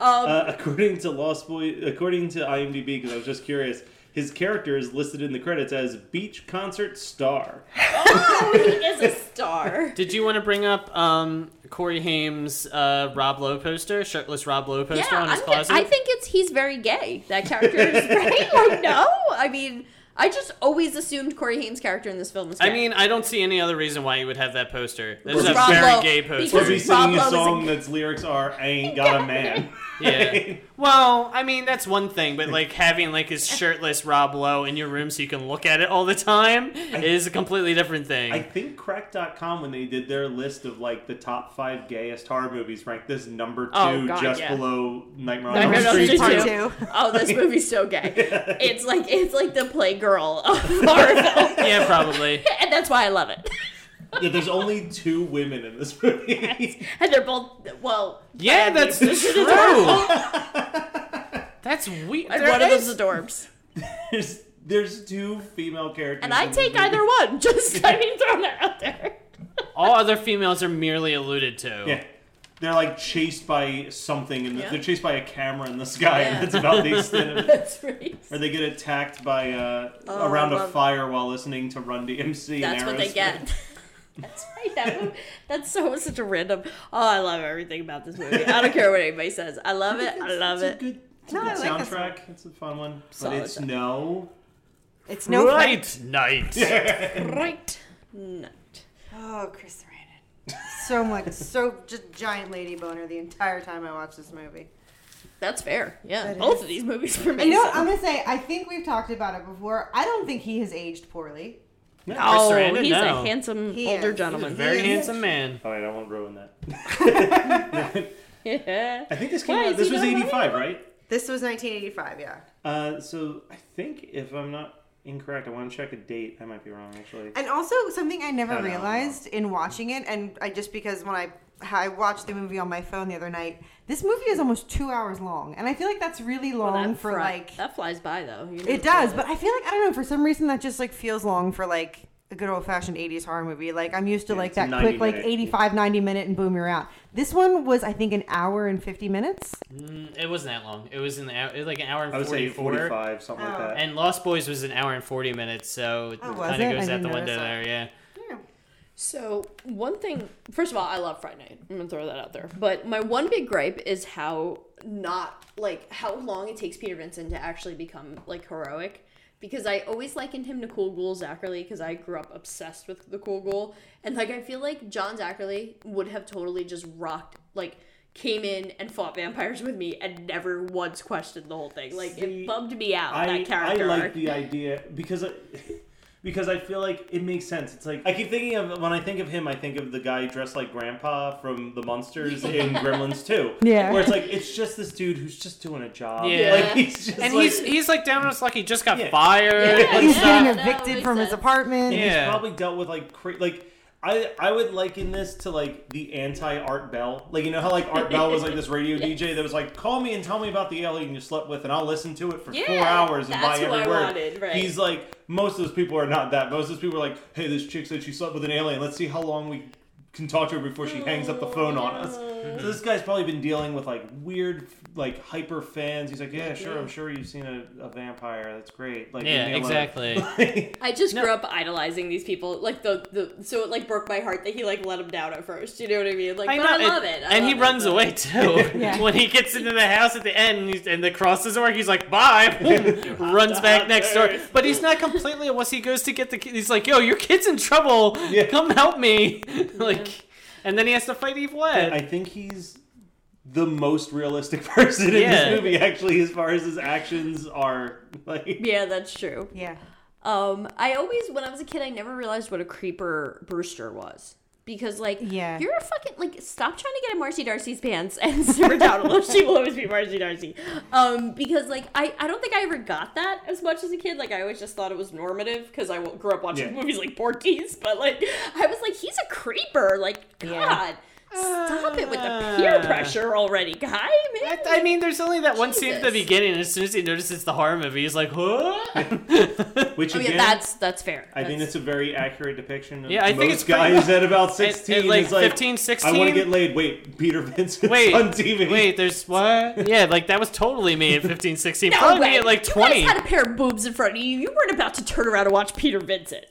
H: Um,
I: Uh, according to Lost Boy, according to IMDb, because I was just curious, his character is listed in the credits as beach concert star.
H: he is a star.
J: Did you want to bring up um, Corey Haim's uh, Rob Lowe poster, shirtless Rob Lowe poster on his
H: I'm gonna-
J: closet?
H: I think it's he's very gay. That character is great. Like no, I mean, I just always assumed Corey Haim's character in this film was. Gay.
J: I mean, I don't see any other reason why you would have that poster. That's
I: Was
J: a
I: Rob
J: very
H: Lowe-
J: gay poster.
I: Was he singing a song that's lyrics are "I ain't got a man"?
J: yeah. Well, I mean, that's one thing, but like having like his shirtless Rob Lowe in your room so you can look at it all the time is a completely different thing.
I: I think Crack.com when they did their list of like the top five gayest horror movies ranked this number two,
H: Oh, God,
I: just
H: yeah.
I: below Nightmare on Elm
H: Nightmare on Elm
I: Street.
H: Street
I: Part
H: 2. Oh, this movie's so gay. It's like it's like the playgirl of horror film,
J: yeah, probably.
H: and that's why I love it.
I: Yeah, there's only two women in this movie.
H: And they're both well.
J: yeah, that's
H: This is
J: true. that's weird.
H: And one of them's adorbs.
I: There's, there's two female characters.
H: And I
I: in this
H: take
I: movie.
H: either one. Just I mean, throwing that out there.
J: All other females are merely alluded to.
I: Yeah. They're like chased by something, and
H: Yeah.
I: they're chased by a camera in the sky, and that's about the extent of it.
H: That's right.
I: Or they get attacked by uh,
H: Oh,
I: around
H: I
I: a
H: love-
I: fire while listening to Run DMC.
H: That's
I: and
H: what they
I: Aerosmith.
H: get. That's right. That movie, that's so such a random. Oh, I love everything about this movie. I don't care what anybody says. I love it. I love
I: it's
H: it.
I: a good, it's a
H: No,
I: good
H: I like this one.
I: soundtrack. It's a fun one,
H: Solid
I: but it's no.
G: It's
J: no Right night.
H: Right. No.
G: Oh, Chris Sarandon. So much, so just giant lady boner the entire time I watched this movie.
H: That's fair. Yeah,
G: That
H: both
G: is-
H: of these movies for me.
G: And you know what
H: so-
G: I'm gonna say? I think we've talked about it before. I don't think he has aged poorly.
J: No,
H: Oh,
J: Chris Sarandon,
H: he's
J: no.
H: a handsome
G: He
H: older
G: is.
H: gentleman.
J: very handsome man.
I: All right, I won't ruin that.
H: Yeah.
I: I think this came out. This was '85, right?
G: This was 1985, yeah.
I: Uh, so I think if I'm not incorrect, I want to check a date. I might be wrong actually.
G: And also something I never
I: I don't know.
G: realized in watching it, and I just because when I I watched the movie on my phone the other night, this movie is almost two hours long, and I feel like that's really long
H: That
G: for
H: fri-
G: like
H: that flies by though. You
G: It
H: didn't
G: does,
H: feel
G: but I feel like I don't know. For some reason, that just like feels long for like a good old fashioned '80s horror movie. Like I'm used to like
I: it's a
G: that
I: 90
G: quick, like
I: minute.
G: 85, 90 minute, and boom, you're out. This one was, I think, an hour and 50 minutes.
J: Mm, it wasn't that long. It was in the hour, it was like an hour and
I: I would say
J: 44.
I: 45, something
H: Oh,
I: like that.
J: And Lost Boys was an hour and 40 minutes, so it
G: Oh, was
J: kind of
G: it? I
J: goes out
G: didn't
J: the
G: notice
J: window
G: that.
J: there, yeah.
H: So one thing, first of all, I love Friday Night. I'm gonna throw that out there. But my one big gripe is how not like how long it takes Peter Vincent to actually become like heroic. Because I always likened him to Cool Ghoul Zachary because I grew up obsessed with the Cool Ghoul, and like I feel like John Zachary would have totally just rocked like came in and fought vampires with me and never once questioned the whole thing. Like it bummed me out
I: I,
H: that
I: I
H: character. arc.
I: like the idea because I, because I feel like it makes sense. It's like I keep thinking of when I think of him, I think of the guy dressed like Grandpa from the Monsters in Gremlins Two.
J: Yeah.
I: where it's like it's just this dude who's just doing a job.
J: Yeah.
I: like, he's just
J: and
I: like,
J: he's he's like down on us like he just got fired. and
G: He's
J: stuff.
G: getting evicted from his apartment.
I: And he's probably dealt with like cra- like I I would liken this to like the anti Art Bell. Like you know how like Art Bell was like this radio DJ that was like, call me and tell me about the alien you slept with, and I'll listen to it for
L: Yeah,
I: four hours and
L: that's
I: buy
L: who
I: every
L: I
I: word.
L: wanted, right.
I: He's like, most of those people are not that. Most of those people are like, hey, this chick said she slept with an alien. Let's see how long we can talk to her before she hangs up the phone on us.
L: Oh.
I: So this guy's probably been dealing with like weird, like hyper fans. He's like, yeah,
L: Mm-hmm.
I: sure, I'm sure you've seen a, a vampire. That's great. Like,
J: Yeah,
I: leave me alone."
J: exactly.
H: I just grew up idolizing these people. Like the, the so it like broke my heart that he like let him down at first. You know what I mean? Like,
J: I
H: but
J: know,
H: I love it. I
J: and he
H: love it.
J: runs away too. When he gets into the house at the end and, he's, and the crosses work, he's like, bye, boom, runs back next door. But he's not completely unless he goes to get the kid. He's like, yo, your kid's in trouble. Come help me. like, and then he has to fight Evil Ed.
I: I think he's the most realistic person in
J: Yeah.
I: this movie, actually, as far as his actions are. Like,
H: Yeah, that's true.
G: Yeah.
H: Um, I always when I was a kid, I never realized what a creeper Brewster was. Because like yeah. you're a fucking like stop trying to get in Marcy Darcy's pants and simmer down a little. She will always be Marcy Darcy. Um, because like I, I don't think I ever got that as much as a kid. Like I always just thought it was normative because I w- grew up watching
L: Yeah.
H: movies like Porky's, but like I was like he's a creeper. Like God, stop it with the peer pressure already, guy. Man. Uh. I,
J: mean, there's only that one scene at the beginning, and as soon as he notices the harm of it, he's like, huh?
I: Which
H: Oh yeah,
I: again,
H: that's that's fair.
I: I think it's a very accurate depiction. Of
J: Yeah, I
I: most
J: think it's pretty
I: guys
J: much-
I: at about
J: at- at
I: 16.
J: like
I: is like
J: 15,
I: I want
J: 16?
I: to get laid. Wait, Peter Vincent's
J: Wait,
I: on TV.
J: wait, there's what? Yeah, like that was totally me at 15, 16.
H: No
J: Probably
H: way.
J: me at like
H: You
J: 20.
H: guys had a pair of boobs in front of you. You weren't about to turn around and watch Peter Vincent.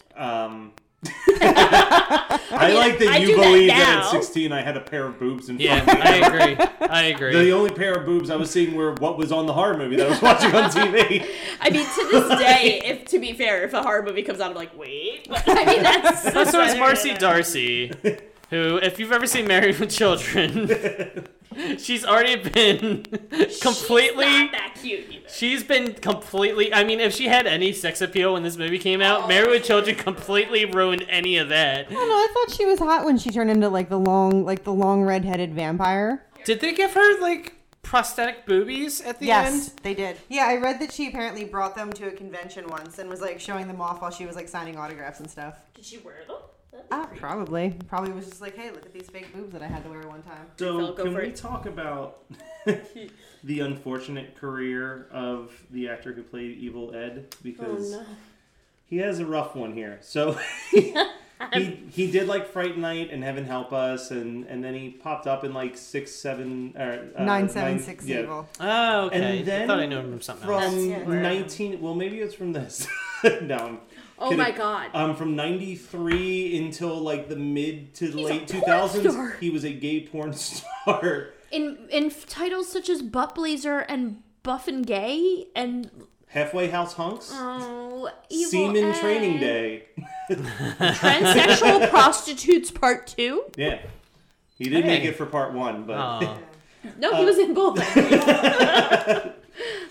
I: Um, I, like that
H: I
I: you
H: do that
I: believe that,
H: now.
I: at 16 I had a pair of boobs in
J: Yeah,
I: front of
J: I agree. I agree.
I: The only pair of boobs I was seeing were what was on the horror movie that I was watching on TV.
H: I mean, to this day, if to be fair, if a horror movie comes out, I'm like, wait. But, I mean, that's
J: But so is Marcy Darcy, who, if you've ever seen Married with Children, she's already been completely.
H: not that cute. either.
J: She's been completely. I mean, if she had any sex appeal when this movie came out, Married with Children completely ruined any of that.
G: I don't know. I thought she was hot when she turned into like the long, like the long red-headed vampire.
J: Did they give her like prosthetic boobies at the
G: yes,
J: end?
G: they did. Yeah, I read that she apparently brought them to a convention once and was like showing them off while she was like signing autographs and stuff.
H: Did she wear them?
G: Ah, probably. Probably was just like, hey, look at these fake boobs that I had to wear one time.
I: So can we talk about the unfortunate career of the actor who played Evil Ed
H: Oh,
I: because
G: no.
I: he has a rough one here. So he he did like Fright Night and Heaven Help Us, and and then he popped up in like six seven or uh,
G: Nine, seven, six Evil.
J: Oh, okay.
I: And
J: I
I: then
J: thought I knew him from something
I: from
J: else.
I: nineteen. Well, maybe it's from this. no. I'm
H: Oh
I: kidding.
H: my God.
I: Um, from ninety three until like the mid to late two
H: porn
I: thousands,
H: star.
I: he was a gay porn star.
H: In in f- titles such as Butt Blazer and Buff and Gay and
I: Halfway House Hunks.
H: oh, evil
I: Seaman
H: Ed.
I: Training Day.
H: Transsexual prostitutes part two.
I: Yeah. He didn't make
J: Hey.
I: it for part one, but.
H: No,
I: Uh,
H: he was in both.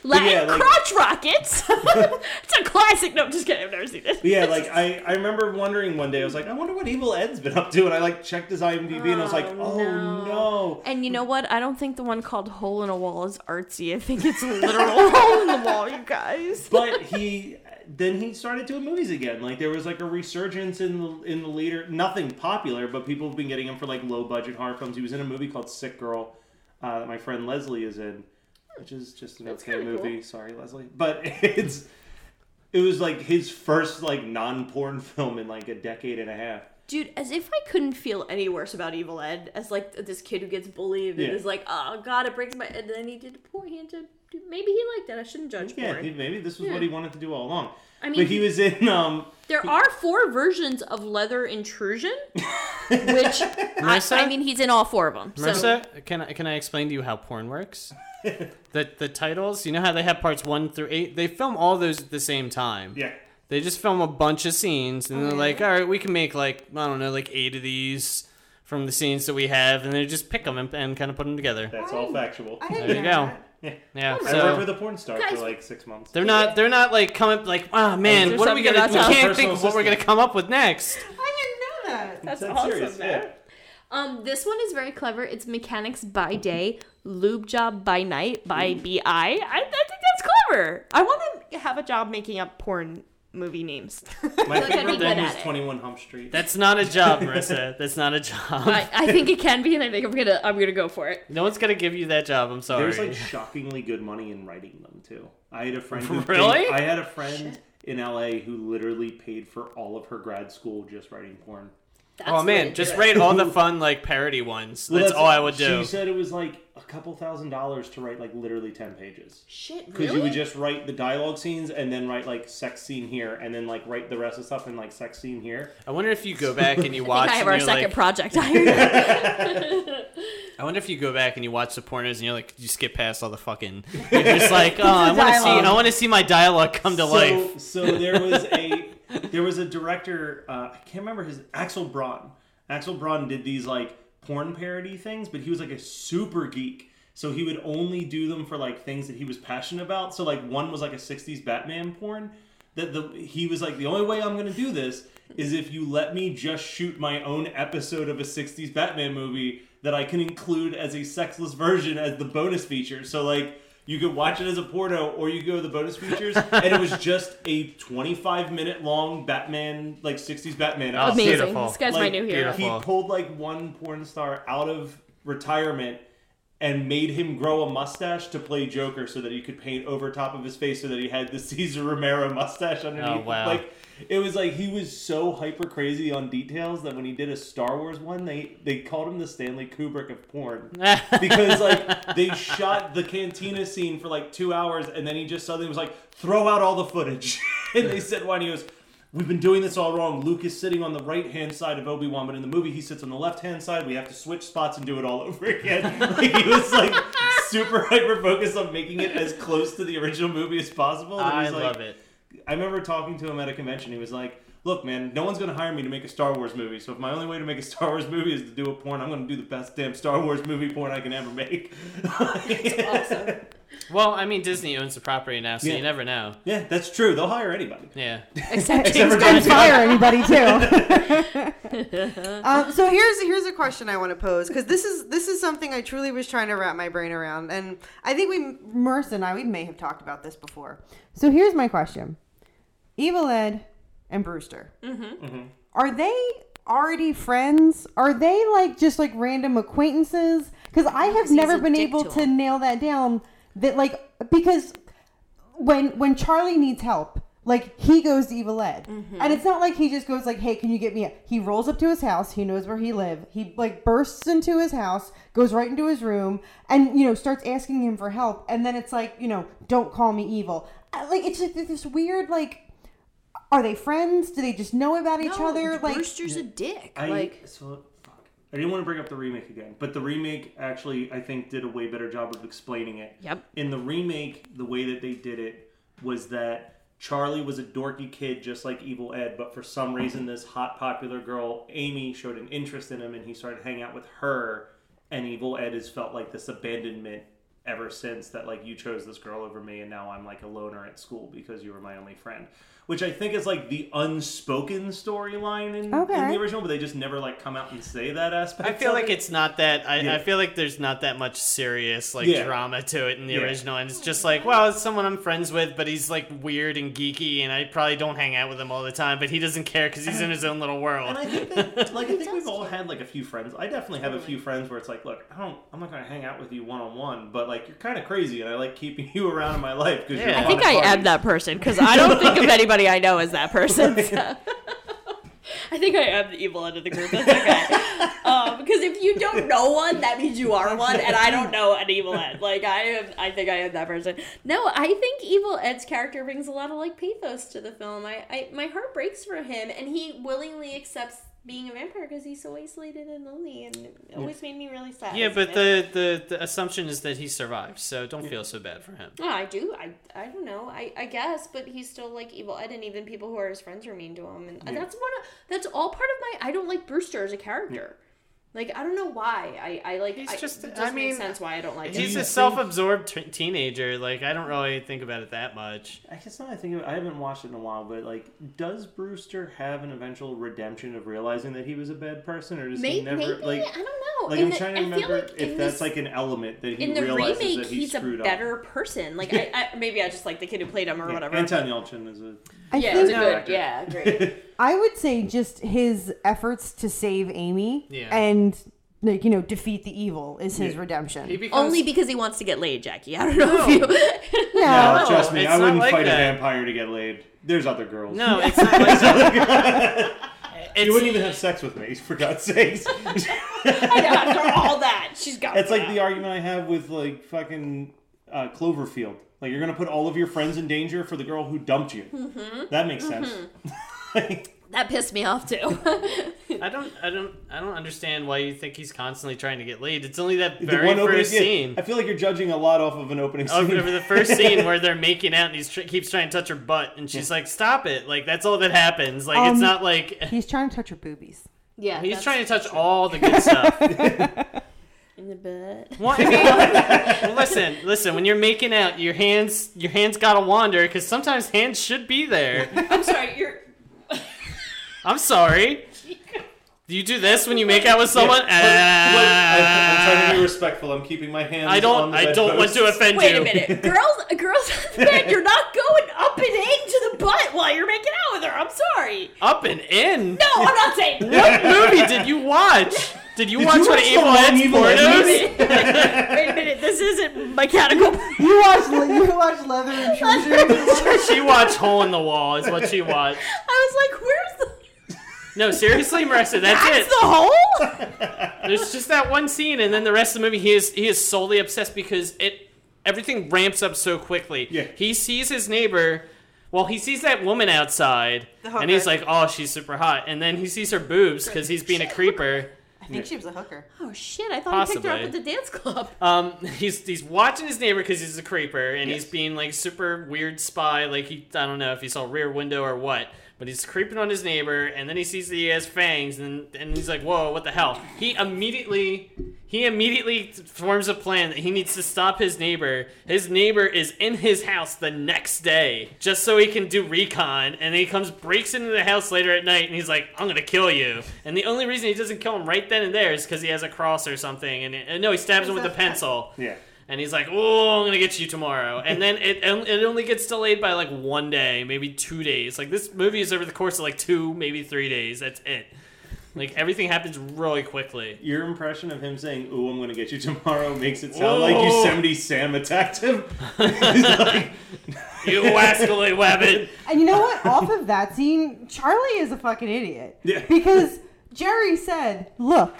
H: Latin
I: yeah, like-
H: crotch rockets. it's a classic. No, I'm just kidding. I've never seen it.
I: but yeah, like I, I remember wondering one day, I was like, I wonder what Evil Ed's been up to, and I like checked his IMDb, and I was like, oh no.
H: And you know what? I don't think the one called "Hole in a Wall" is artsy. I think it's a literal hole in the wall, you guys.
I: But he, then he started doing movies again. Like there was like a resurgence in the in the leader, nothing popular, but people have been getting him for like low budget horror films. He was in a movie called Sick Girl, uh, that my friend Leslie is in, which is just an okay
E: kinda cool.
I: movie. Sorry, Leslie, but it's. It was like his first like non-porn film in like a decade and a half.
H: Dude, as if I couldn't feel any worse about Evil Ed as like this kid who gets bullied
I: Yeah.
H: and is like, oh god, it breaks my. And then he did poor. He had to. Maybe he liked it. I shouldn't judge
I: Yeah,
H: porn.
I: he- maybe this was
H: Yeah.
I: what he wanted to do all along.
H: I mean,
I: but he was in um
H: There are four versions of Leather Intrusion, which I, I mean, he's in all four of them. so.
J: Marissa, can I can I explain to you how porn works? the the titles, you know how they have parts one through eight? They film all those at the same time.
I: Yeah. Oh,
J: They just film a bunch of scenes and they're like, all right, we can make like, I don't know, like eight of these from the scenes that we have. And they just pick them and, and kind of put them together.
I: That's all factual.
J: there you go.
I: Yeah.
J: Yeah,
I: I
J: so-
I: worked with a porn star
J: Guys-
I: for like six months.
J: They're not. They're not like coming. Like, oh man,
I: There's
J: what are we
I: something
J: gonna?
I: about
J: We
I: that.
J: can't think
I: Personal
J: of what we're gonna
I: assistant.
J: come up with next.
H: That's
I: That's
H: awesome,
I: serious,
H: man. Um, this one is very clever. It's mechanics by day, lube job by night by
J: Mm-hmm.
H: BI. I, I think that's clever. I want to have a job making up porn movie names.
I: My
H: Look at me
I: favorite
H: good
I: one
H: at
I: was
H: it.
I: 21 Hump Street.
J: That's not a job, Marissa. That's not a job.
H: I, I think it can be, and I think I'm gonna I'm gonna go for it.
J: no one's gonna give you that job. I'm sorry.
I: There's like shockingly good money in writing them too. I had a friend who paid-
J: Really?
I: I had a friend in LA who literally paid for all of her grad school just writing porn.
J: oh man, just rate all the fun like parody ones.
I: Well,
J: that's, all I would do.
I: She said it was like a couple thousand dollars to write like literally ten pages.
H: Shit,
I: Because you would just write the dialogue scenes and then write like sex scene here and then like write the rest of stuff and like sex scene here.
J: I wonder if you go back and you watch.
H: I have
J: and
H: our
J: you're
H: second
J: like-
H: project.
J: I wonder if you go back and you watch the pornos and you're like, you skip past all the fucking. You're just like, oh, I want to see.
I: dialogue.
J: I want to see my dialogue come to
I: so,
J: life.
I: So there was a there was a director. Uh, I can't remember his Axel Braun. Axel Braun did these like porn parody things, but he was like a super geek. So he would only do them for like things that he was passionate about. So like one was like a '60s Batman porn. That the he was like the only way I'm gonna do this is if you let me just shoot my own episode of a '60s Batman movie that I can include as a sexless version as the bonus feature. So like you could watch it as a porno or you go to the bonus features and it was just a 25 minute long Batman like 60s Batman.
J: Oh,
I: episode.
J: Amazing. beautiful. This guy's my
I: Like,
J: new hero. Beautiful.
I: He pulled like one porn star out of retirement and made him grow a mustache to play Joker so that he could paint over top of his face so that he had the Caesar Romero mustache underneath.
J: Oh, wow.
I: Like it was like he was so hyper crazy on details that when he did a Star Wars one, they they called him the Stanley Kubrick of porn because like they shot the cantina scene for like two hours and then he just suddenly was like, throw out all the footage, and they said why and he goes. We've been doing this all wrong. Luke is sitting on the right hand side of Obi Wan, but in the movie he sits on the left hand side. We have to switch spots and do it all over again. like, he was like super hyper focused on making it as close to the original movie as possible. And
J: I
I: he's like,
J: love it.
I: I remember talking to him at a convention. He was like, "Look, man, no one's gonna hire me to make a Star Wars movie. So if my only way to make a Star Wars movie is to do a porn, I'm gonna do the best damn Star Wars movie porn I can ever make."
J: Well, I mean, Disney owns the property now, so
I: Yeah.
J: you never know.
I: yeah, that's true. They'll hire anybody.
J: Yeah.
G: Except
I: for
G: James
I: James
G: Gunn.
I: Gunn.
G: Anybody
I: too.
G: um, so here's here's a question I want to pose because this is this is something I truly was trying to wrap my brain around, and I think we Merce and I we may have talked about this before. So here's my question: Evil Ed and Brewster
C: Mm-hmm. Mm-hmm.
G: are they already friends? Are they like just like random acquaintances? Because I have
C: he's
G: never
C: a
G: been
C: dick
G: able
C: to
G: to nail that down. That like because when when Charlie needs help, like he goes to Evil Ed,
H: Mm-hmm.
G: and it's not like he just goes like, "Hey, can you get me?" A-? He rolls up to his house. He knows where he live. He like bursts into his house, goes right into his room, and you know starts asking him for help. And then it's like you know, don't call me evil. Uh, Like it's just this weird like. Are they friends? Do they just know about each
H: No,
G: other? Like
H: Brewster's a dick.
I: I,
H: like
I: so, fuck. I didn't want to bring up the remake again, but the remake actually, I think, did a way better job of explaining it.
H: Yep.
I: In the remake, the way that they did it was that Charlie was a dorky kid just like Evil Ed, but for some reason, this hot, popular girl, Amy, showed an interest in him and he started hanging out with her. And Evil Ed has felt like this abandonment ever since that, like, you chose this girl over me and now I'm like a loner at school because you were my only friend. Which I think is like the unspoken storyline in, in
J: Okay.
I: the original, but they just never like come out and say that aspect.
J: I feel
I: of
J: like
I: it.
J: it's not that. I,
I: Yeah.
J: I feel like there's not that much serious like
I: Yeah.
J: drama to it in the
I: Yeah.
J: original, and it's just like, well, it's someone I'm friends with, but he's like weird and geeky, and I probably don't hang out with him all the time, but he doesn't care because he's in his own little world.
I: And I think that, like I think we've all had like a few friends. I definitely have a few friends where it's like, look, I don't, I'm not gonna hang out with you one on one, but like you're kind of crazy, and I like keeping you around in my life because you're.
H: I think I am that person because I don't think of anybody I know as that person. so. I think I am the evil end of the group. That's okay. um, because if you don't know one, that means you are one, and I don't know an evil end. Like I am, I think I am that person. No, I think evil Ed's character brings a lot of like pathos to the film. I, I my heart breaks for him, and he willingly accepts being a vampire because he's so isolated and lonely, and it always made me really sad.
J: Yeah,
H: as a
J: but
H: vampire.
J: the, the the assumption is that he survived, so don't feel so bad for him.
H: Yeah, I do. I, I don't know. I, I guess, but he's still like evil Ed, and even people who are his friends are mean to him, and
J: Yeah.
H: that's one. Of, that's all part of my. I don't like Brewster as a character. Like I don't know why. I I like.
J: He's
H: I,
J: just-
H: It
J: I
H: doesn't
J: mean,
H: make sense why I don't like.
J: He's
H: him.
J: a self-absorbed t- teenager. Like I don't really think about it that much.
I: I guess now I think of it, I haven't watched it in a while, but like, does Brewster have an eventual redemption of realizing that he was a bad person, or does
H: May-
I: he never
H: maybe?
I: like?
H: I don't know.
I: Like
H: In
I: I'm
H: the-
I: trying to
H: I feel
I: remember
H: like
I: if
H: in
I: that's
H: this-
I: like an element that he
H: in the
I: realizes
H: remake,
I: that he
H: he's a
I: screwed up.
H: better person. Like I, I maybe I just like the kid who played him or
I: Yeah,
H: whatever.
I: Anton Yelchin is a
G: I
H: yeah,
G: think-
H: it's a good. Yeah, great.
G: I would say just his efforts to save Amy
H: Yeah.
G: and like you know defeat the evil is his
H: Yeah.
G: redemption.
H: Only because he wants to get laid, Jackie. I don't know if you.
I: no, trust me,
J: it's
I: I
J: not
I: wouldn't
J: like
I: fight
J: that.
I: a vampire to get laid. There's other girls.
J: No, it's not like
I: you wouldn't even have sex with me, for God's sakes.
H: After all that, she's got.
I: It's like the argument I have with like fucking uh, Cloverfield. Like you're gonna put all of your friends in danger for the girl who dumped you.
J: Mm-hmm.
H: Mhm.
I: That makes sense.
H: Mhm. that pissed me off too.
J: I don't, I don't, I don't understand why you think he's constantly trying to get laid. It's only that
I: The
J: very
I: one opening
J: first scene.
I: I feel like you're judging a lot off of an opening
J: Oh,
I: scene.
J: remember the first scene where they're making out and he tr- keeps trying to touch her butt, and she's like, "Stop it!" Like that's all that happens. Like it's
G: Um,
J: not like
G: he's trying to touch her boobies.
H: Yeah,
J: he's trying to touch all the good stuff.
H: In the butt.
J: Well, I mean, listen, listen. When you're making out, your hands, your hands gotta wander because sometimes hands should be there.
H: I'm sorry. You're.
J: I'm sorry. Do you do this when you make out with someone?
I: Yeah, but- but I- I'm trying to be
J: Ah.
I: respectful. I'm keeping my hands.
J: I don't-
I: on the
J: I don't want to
I: bedposts.
J: offend
H: Wait a minute, girls, girls out there, you're not going up and into the butt while you're making out with her. I'm sorry.
J: Up and in.
H: No, I'm not saying.
J: What movie did you watch? Did you
H: Did
J: watch
H: you
J: what
H: watch
J: Evil
H: the
J: Ed's
H: Long Evil Ed
J: pornos?
H: movie? Wait a minute, this isn't mechanical.
G: You watch you watch Leather Intruder.
J: she watched Hole in the Wall, is what she watched.
H: I was like, where's the
J: No, seriously, Marissa, that's,
H: That's
J: it.
H: the hole?
J: There's just that one scene, and then the rest of the movie, he is he is solely obsessed because it everything ramps up so quickly. Yeah. He sees his neighbor. Well, he sees that woman outside,
M: The hooker.
J: and he's like, "Oh, she's super hot." And then he sees her boobs because he's being a creeper.
M: I think she was a hooker.
H: Oh shit! I thought I picked her up at
J: Possibly.
H: the dance club.
J: Um, he's he's watching his neighbor because he's a creeper, and he's being like super weird spy. Like he, I don't know if he saw Rear Window or what, but he's creeping on his neighbor, and then he sees that he has fangs, and and he's like, "Whoa, what the hell?" He immediately he immediately forms a plan that he needs to stop his neighbor. His neighbor is in his house the next day just so he can do recon, and he comes breaks into the house later at night, and he's like, "I'm gonna kill you." And the only reason he doesn't kill him right then and there is because he has a cross or something, and, and no, he stabs him with a pencil.
I: Yeah.
J: And he's like, "Oh, I'm gonna get you tomorrow." And then it on- it only gets delayed by like one day, maybe two days. Like this movie is over the course of like two, maybe three days. That's it. Like everything happens really quickly.
I: Your impression of him saying, "Ooh, I'm going to get you tomorrow," makes it sound like Yosemite Sam attacked him.
J: you wascally wabbit.
G: And you know what? Off of that scene, Charlie is a fucking idiot.
I: Yeah.
G: Because Jerry said, Look,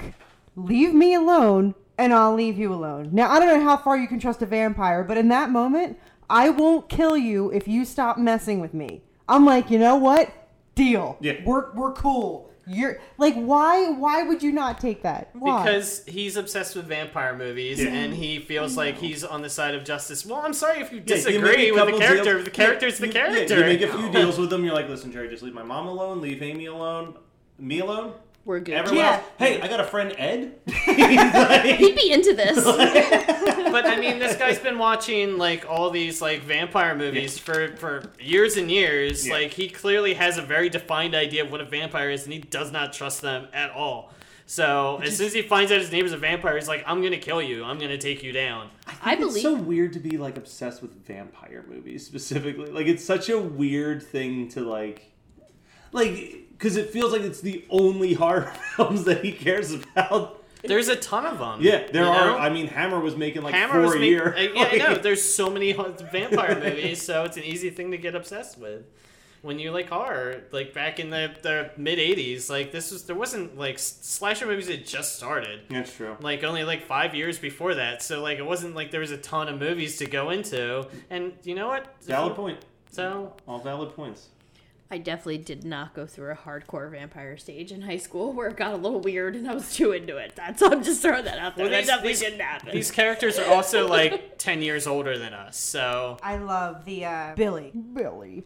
G: leave me alone and I'll leave you alone. Now, I don't know how far you can trust a vampire, but in that moment, I won't kill you if you stop messing with me. I'm like, You know what? Deal. Yeah. We're, we're cool. You're like, why? Why would you not take that? Why?
J: Because he's obsessed with vampire movies
G: Yeah.
J: and he feels like he's on the side of justice. Well, I'm sorry if you
I: Yeah, you make
J: disagree
I: a
J: with the
I: couple
J: character.
I: deals-
J: The character's the
I: you- yeah,
J: character.
I: you make a few deals with them. You're like, listen, Jerry, just leave my mom alone, leave Amy alone, me alone.
H: We're good.
I: Everyone
H: Yeah.
I: else- Hey, I got a friend, Ed.
H: He'd be into this.
J: but I mean, this guy's been watching like all these like vampire movies for for years and years.
I: Yeah.
J: Like he clearly has a very defined idea of what a vampire is, and he does not trust them at all. So as soon as he finds out his neighbor's a vampire, he's like, "I'm gonna kill you. I'm gonna take you down."
H: I
I: think
H: believe-
I: it's so weird to be like obsessed with vampire movies specifically. Like it's such a weird thing to like, like because it feels like it's the only horror films that he cares about.
J: There's a ton of them.
I: Yeah, there
J: you
I: are.
J: know?
I: I mean, Hammer was making like
J: Hammer
I: four
J: was
I: a
J: ma-
I: year.
J: I- yeah, I know. There's so many vampire movies, so it's an easy thing to get obsessed with. When you like horror, like back in the, the mid '80s, like this was there wasn't like s- slasher movies had just started.
I: That's true.
J: like only like five years before that. So like it wasn't like there was a ton of movies to go into. And you know what?
I: Valid point.
J: So
I: all valid points.
H: I definitely did not go through a hardcore vampire stage in high school where it got a little weird and I was too into it. That's I'm just throwing that out there. that
J: that's-
H: definitely
J: these-
H: didn't happen.
J: These characters are also like ten years older than us. So
G: I love the uh, Billy. Billy.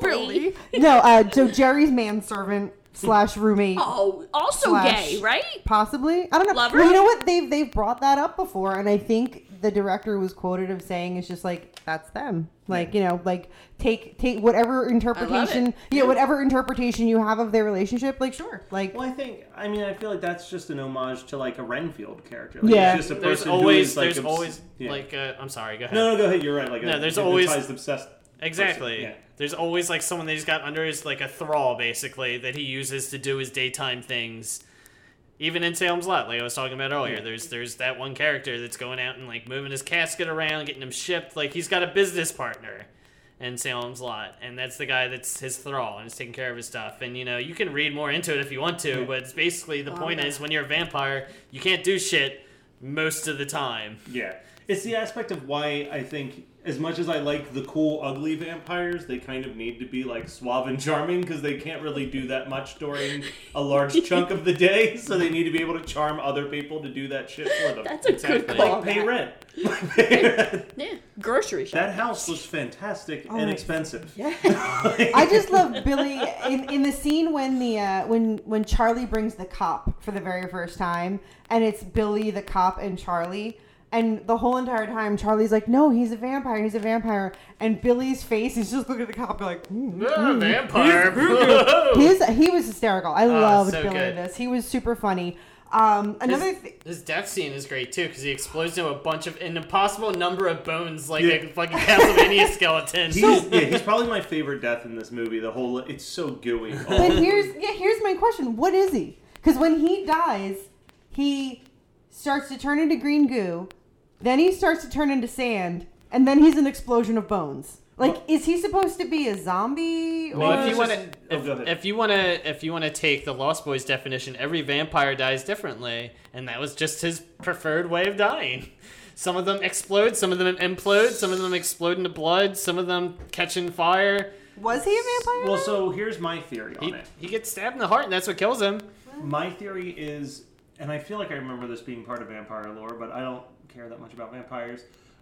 H: Billy.
G: no, uh, so Jerry's manservant slash roommate.
L: Oh, also
G: slash-
L: gay, right?
G: Possibly. I don't know.
L: Lover?
G: Well, you know what? They've they've brought that up before, and I think the director was quoted of saying it's just like that's them. Like you know, like take take whatever interpretation, yeah, whatever interpretation you have of their relationship. Like sure, like
I: well, I think I mean I feel like that's just an homage to like a Renfield character. Like,
G: Yeah.
I: it's just a
J: there's
I: person
J: always
I: who is like
J: there's
I: obs-
J: always
I: yeah.
J: like uh, I'm sorry, go ahead.
I: No, no, go ahead. You're right. Like
J: no,
I: a
J: there's always
I: hypnotized, obsessed. person.
J: exactly.
I: Yeah.
J: There's always like someone that he's got under his like a thrall basically that he uses to do his daytime things. Even in Salem's Lot, like I was talking about earlier,
I: Yeah.
J: there's there's that one character that's going out and like moving his casket around, getting him shipped. Like he's got a business partner in Salem's Lot, and that's the guy that's his thrall and is taking care of his stuff. And you know, you can read more into it if you want to, but it's basically the
I: Oh,
J: point
I: yeah.
J: is when you're a vampire, you can't do shit most of the time.
I: Yeah. It's the aspect of why I think, as much as I like the cool, ugly vampires, they kind of need to be like suave and charming because they can't really do that much during a large chunk of the day. So they need to be able to charm other people to do that shit for them.
H: That's a good Exactly. call.
I: Like pay rent.
H: Yeah, grocery shop.
I: That house was fantastic
G: Oh
I: and
G: my-
I: expensive.
G: Yeah. I just love Billy in, in the scene when the uh, when when Charlie brings the cop for the very first time, and it's Billy the cop and Charlie. And the whole entire time, Charlie's like, "No, he's a vampire. He's a vampire." And Billy's face is just looking at the cop, like, mm,
J: Yeah,
G: mm,
J: vampire.
G: mm, mm." His he was hysterical. I
J: Oh,
G: loved
J: so
G: Billy in
J: good.
G: this. He was super funny. Um, another
J: his, his death scene is great too because he explodes into a bunch of an impossible number of bones like a fucking Castlevania skeleton.
I: He's, yeah, he's probably my favorite death in this movie. The whole it's so gooey.
G: but here's yeah, here's my question: What is he? Because when he dies, he starts to turn into green goo, then he starts to turn into sand, and then he's an explosion of bones. Like, is he supposed to be a zombie?
J: Well,
G: or-
J: if you want to, if, if you want to, if you want to take the Lost Boys definition, every vampire dies differently, and that was just his preferred way of dying. Some of them explode, some of them implode, some of them explode into blood, some of them catch in fire.
G: Was he a vampire?
I: Well, so here's my theory on
J: He,
I: it.
J: he gets stabbed in the heart, and that's what kills him.
I: My theory is, and I feel like I remember this being part of vampire lore, but I don't care that much about vampires.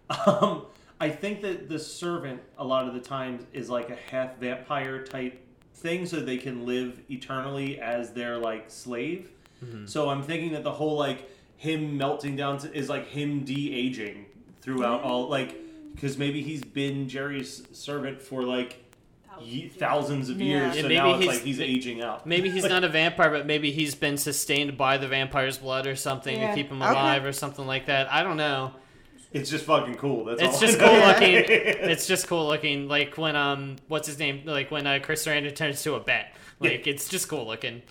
I: Um, I think that the servant, a lot of the times, is like a half vampire type thing, so they can live eternally as their like slave.
J: Mm-hmm.
M: Mhm.
I: So I'm thinking that the whole like him melting down to, is like him de aging throughout all like because maybe he's been Jerry's servant for like. Ye- thousands of years,
J: Yeah,
I: so
J: maybe
I: now it's
J: he's-
I: like he's aging out.
J: Maybe he's
I: Like,
J: not a vampire, but maybe he's been sustained by the vampire's blood or something
I: Yeah.
J: to keep him
I: Okay.
J: alive or something like that. I don't know.
I: It's just fucking cool. That's
J: it's
I: all.
J: just cool looking. It's just cool looking. Like when um, what's his name? Like when uh, Chris Sarandon turns to a bat. Like it's just cool looking.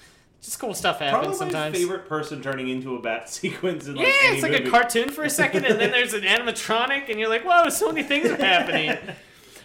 J: Just cool stuff
I: Probably
J: happens sometimes.
I: my favorite person turning into a bat sequence in like
J: yeah,
I: any
J: it's like
I: movie.
J: a cartoon for a second, and then there's an animatronic, and you're like, whoa, so many things are happening.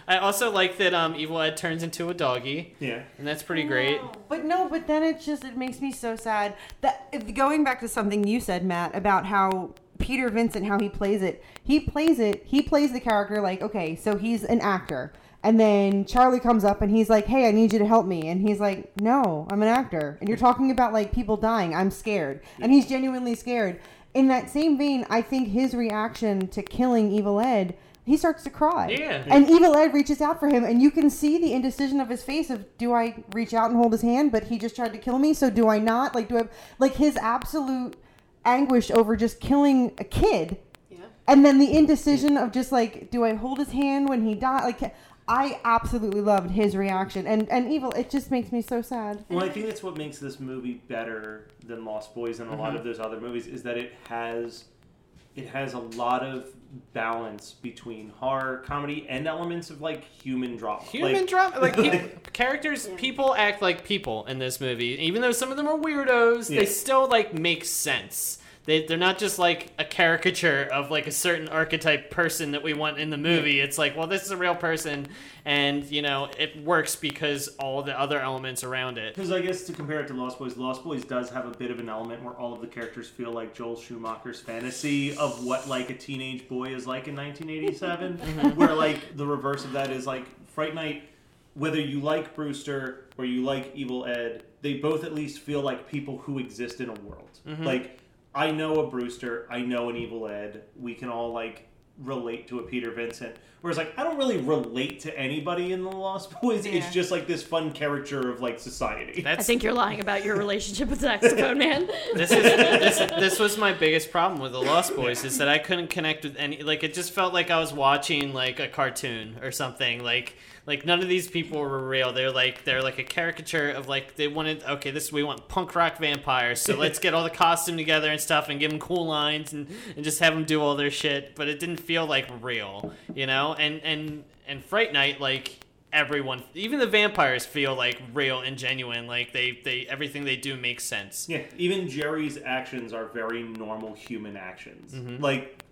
J: I also like that um, Evil Ed turns into a doggy.
I: Yeah,
J: and that's pretty great.
G: But no, but then it just it makes me so sad that if- going back to something you said, Matt, about how Peter Vincent how he plays it. He plays it. He plays the character like okay, so he's an actor. And then Charlie comes up and he's like, "Hey, I need you to help me." And he's like, "No, I'm an actor." And you're talking about like people dying. I'm scared. And he's genuinely scared. In that same vein, I think his reaction to killing Evil Ed, he starts to cry.
J: Yeah.
G: And Evil Ed reaches out for him, and you can see the indecision of his face of do I reach out and hold his hand, but he just tried to kill me, so do I not? Like do I like his absolute anguish over just killing a kid. Yeah. And then the indecision of just like, do I hold his hand when he died? Like I absolutely loved his reaction. And and evil, it just makes me so sad.
I: Well, I think that's what makes this movie better than Lost Boys and a lot
J: Mhm.
I: of those other movies is that it has it has a lot of balance between horror, comedy, and elements of like human drama.
J: Human
I: like,
J: drama, like peop characters, people act like people in this movie. Even though some of them are weirdos,
I: Yeah.
J: they still like make sense. They they're not just like a caricature of like a certain archetype person that we want in the movie. It's like, well, this is a real person, and you know it works because all the other elements around it.
I: Because I guess to compare it to Lost Boys, Lost Boys does have a bit of an element where all of the characters feel like Joel Schumacher's fantasy of what like a teenage boy is like in 1987, where like the reverse of that is like Fright Night. Whether you like Brewster or you like Evil Ed, they both at least feel like people who exist in a world.
J: Mhm.
I: Like I know a Brewster, I know an Evil Ed. We can all like relate to a Peter Vincent. Whereas like I don't really relate to anybody in the Lost Boys. It's
L: Yeah.
I: just like this fun caricature of like society.
L: I think you're lying about your relationship with the saxophone man.
J: this is this, this was my biggest problem with the Lost Boys is that I couldn't connect with any like it just felt like I was watching like a cartoon or something like like none of these people were real they're like they're like a caricature of like they wanted okay this we want punk rock vampires so let's get all the costume together and stuff and give them cool lines and, and just have them do all their shit but it didn't feel like real you know and and and Fright Night like everyone even the vampires feel like real and genuine like they they everything they do makes sense
I: Yeah, even Jerry's actions are very normal human actions.
J: Mhm.
I: Like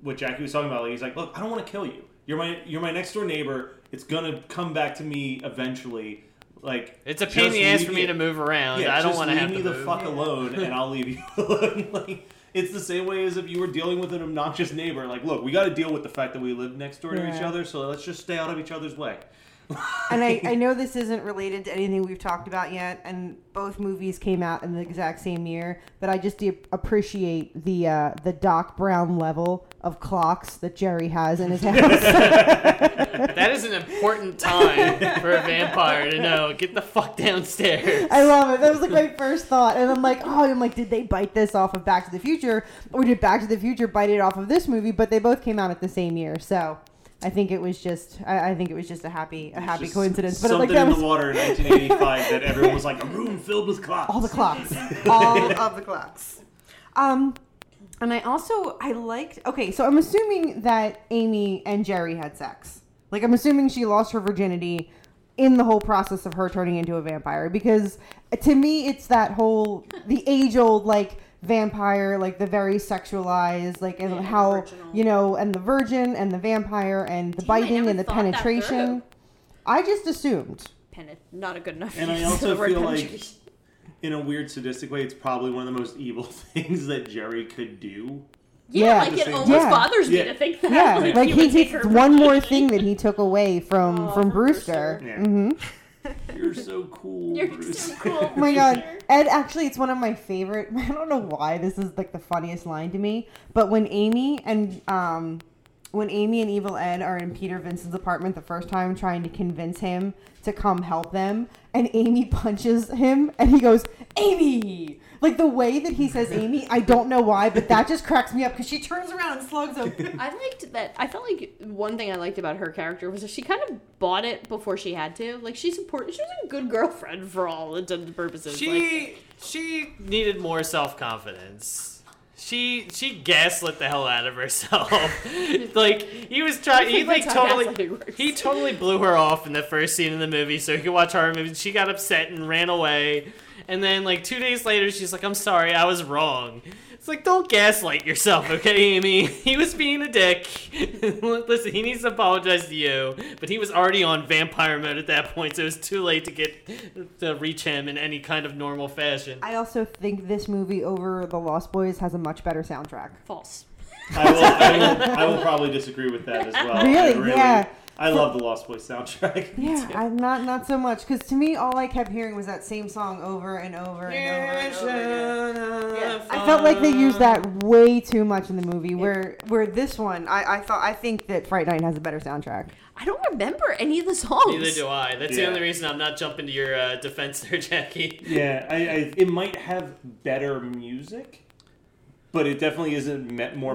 I: what Jackie was talking about. Like he's like, "Look, I don't want to kill you. You're my you're my next door neighbor. It's gonna come back to me eventually." Like
J: It's a
I: just
J: pain in the ass
I: leave
J: for me
I: me-
J: to move around.
I: Yeah,
J: I don't
I: just
J: want to
I: leave
J: have
I: me
J: to
I: the
J: move.
I: fuck alone, and I'll leave you alone. like it's the same way as if you were dealing with an obnoxious neighbor. Like, look, we got to deal with the fact that we live next door to each
G: Yeah.
I: other, so let's just stay out of each other's way.
G: and I, I know this isn't related to anything we've talked about yet, and both movies came out in the exact same year, but I just de- appreciate the uh, the Doc Brown level of clocks that Jerry has in his house.
J: that is an important time for a vampire to know. Get the fuck downstairs.
G: I love it. That was like my first thought, and I'm like, oh, I'm like, did they bite this off of Back to the Future, or did Back to the Future bite it off of this movie? But they both came out at the same year, so I think it was just, I, I think it was just a happy, a happy
I: Just
G: coincidence. But
I: something
G: like that
I: in
G: was
I: the water in 1985 that everyone was like, "A room filled with clocks."
G: all the clocks, all of the clocks. Um, and I also I liked. Okay, so I'm assuming that Amy and Jerry had sex. Like I'm assuming she lost her virginity in the whole process of her turning into a vampire because to me it's that whole the age old like vampire like the very sexualized like and how you know and the virgin and the vampire and the biting and the
H: thought that
G: penetration. I just assumed.
H: Pennant, not a good enough.
I: And I
H: use of
I: also
H: the word
I: feel like,
H: penetration.
I: in a weird sadistic way, it's probably one of the most evil things that Jerry could do.
G: Yeah,
I: At the same
G: yeah.
I: time. Yeah.
G: Yeah, like he, he it's one more thing that he took away from from Brewster.
I: Yeah.
G: hmm
I: You're so cool. Bruce.
G: Oh my god, Ed! Actually, it's one of my favorite. I don't know why this is like the funniest line to me, but when Amy and um, when Amy and Evil Ed are in Peter Vincent's apartment the first time, trying to convince him to come help them, and Amy punches him, and he goes, "Amy!" Like the way that he says "Amy," I don't know why, but that just cracks me up because she turns around and slugs him.
H: I liked that. I felt like one thing I liked about her character was that she kind of bought it before she had to. Like she's important. She was a good girlfriend for all intents and purposes. like,
J: She she needed more self confidence. She she gaslit the hell out of herself. like he was trying. He like
H: That's how
J: totally
H: gaslighting works.
J: he totally blew her off in the first scene of the movie, so he could watch horror movies. She got upset and ran away. And then like two days later, she's like, "I'm sorry, I was wrong." It's like don't gaslight yourself, okay, Amy? He was being a dick. Listen, he needs to apologize to you, but he was already on vampire mode at that point, so it was too late to get to reach him in any kind of normal fashion.
G: I also think this movie over The Lost Boys has a much better soundtrack.
H: False.
I: I will, I, will, I will probably disagree with that as well. I
G: Really? Yeah.
I: I love the Lost Boys soundtrack.
G: Yeah, I'm not not so much because to me all I kept hearing was that same song over and over and over. And over again. Yeah, I felt like they used that way too much in the movie. Where where this one, I, I thought I think that Fright Night has a better soundtrack.
H: I don't remember any of the songs.
J: Neither do I. That's the
I: Yeah.
J: only reason I'm not jumping to your uh, defense there, Jackie.
I: Yeah, I, I, it might have better music, but it definitely isn't me- more